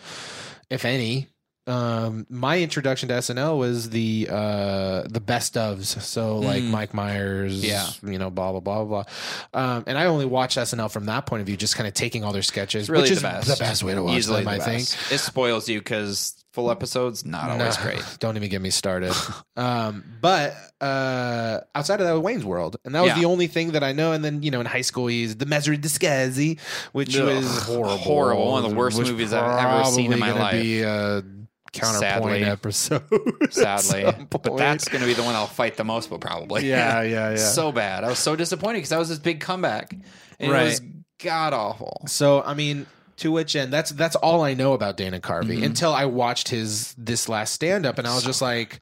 B: if any. Um, my introduction to SNL was the uh the best ofs. So like
A: Mm.
B: Mike Myers,
A: Yeah.
B: you know, blah blah blah blah. blah. Um, and I only watched SNL from that point of view, just kind of taking all their sketches,
A: It's really
B: which
A: the
B: is
A: best.
B: the best way to watch
A: Easily
B: them.
A: the
B: I think.
A: best. it spoils you because full episodes not always
B: Nah,
A: great.
B: Don't even get me started. um, but uh, outside of that, was Wayne's World, and that was
A: Yeah.
B: the only thing that I know. And then you know, in high school, he used the Measure di Scazzi, which
A: Ugh,
B: was horrible,
A: horrible. One of the worst
B: which
A: movies I've ever seen in
B: probably
A: my
B: gonna Be a counterpoint
A: Sadly.
B: episode, at
A: Sadly,
B: some
A: but
B: point.
A: that's going to be the one I'll fight the most, but probably
B: yeah, yeah, yeah.
A: so bad. I was so disappointed because that was his big comeback, and
B: Right.
A: it was god awful.
B: So I mean, to which end? That's that's all I know about Dana Carvey
A: Mhm.
B: until I watched his this last stand up, and I was just like,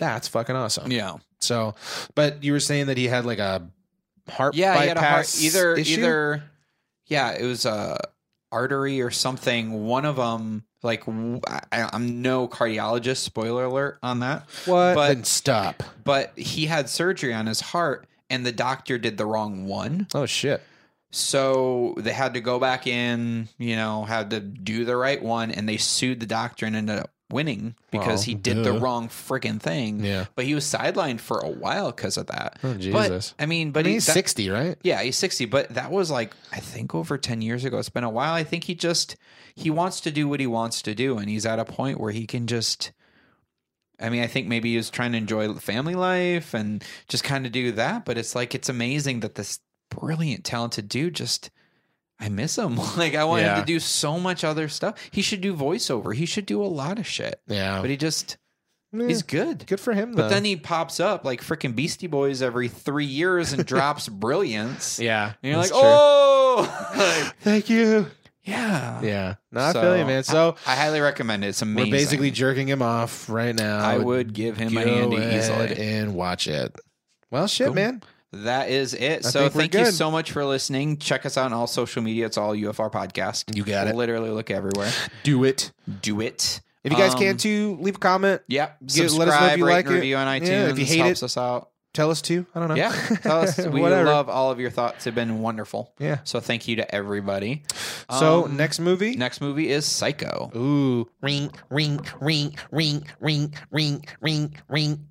B: "That's fucking awesome."
A: Yeah.
B: So, but you were saying that he had like a heart
A: yeah, he had a heart
B: bypass
A: either
B: issue?
A: either yeah, it was a artery or something. One of them, like w- I, am no cardiologist. Spoiler alert on that.
B: what?
A: but-
B: then stop.
A: But he had surgery on his heart, and the doctor did the wrong one,
B: Oh shit.
A: so they had to go back in. You know, had to do the right one, and they sued the doctor and ended up winning because
B: Well,
A: he did
B: duh.
A: the wrong friggin' thing.
B: Yeah.
A: But he was sidelined for a while because of that.
B: Oh Jesus.
A: But I mean,
B: But,
A: but he-
B: he's
A: that-
B: sixty, right?
A: Yeah, he's 60, but that was like I think over 10 years ago. It's been a while. I think he just he wants to do what he wants to do and he's at a point where he can just I mean, I think maybe he was trying to enjoy family life and just kind of do that, but it's like it's amazing that this brilliant talented dude just I miss him. Like I want him
B: Yeah.
A: to do so much other stuff. He should do voiceover. He should do a lot of shit.
B: Yeah,
A: But he just
B: Yeah,
A: he's good.
B: Oh. good for him.
A: But then he pops up like freaking Beastie Boys every three years and drops brilliance.
B: yeah,
A: And you're
B: that's
A: like,
B: true.
A: oh, Like,
B: thank you.
A: yeah.
B: Yeah, no, I
A: So-
B: feel you, man. So
A: I highly recommend it. It's amazing.
B: we're basically jerking him off right now.
A: I would give him
B: go
A: a handy
B: ahead
A: easily.
B: and watch it. Well, shit,
A: Cool.
B: man.
A: That is it.
B: I
A: so
B: think we're
A: thank you
B: good.
A: so much for listening. Check us out on all social media. It's all UFR podcast.
B: You got it.
A: Literally look everywhere.
B: Do it.
A: Do it.
B: If you guys
A: Um,
B: can too, leave a comment.
A: Yep.
B: Get-
A: Subscribe,
B: let us know if you
A: rate,
B: like
A: and
B: it.
A: review on iTunes.
B: Yeah, if you hate
A: helps
B: it,
A: us out.
B: Tell us too. I don't know.
A: Yeah. Tell us. We
B: Whatever.
A: love all of your thoughts. Have been wonderful.
B: Yeah.
A: So thank you to everybody.
B: So
A: Um,
B: next movie.
A: next movie is Psycho.
B: Ooh.
C: ring, ring, ring, ring, ring, ring, ring, ring.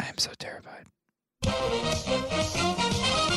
A: I'm so terrified.
D: Thank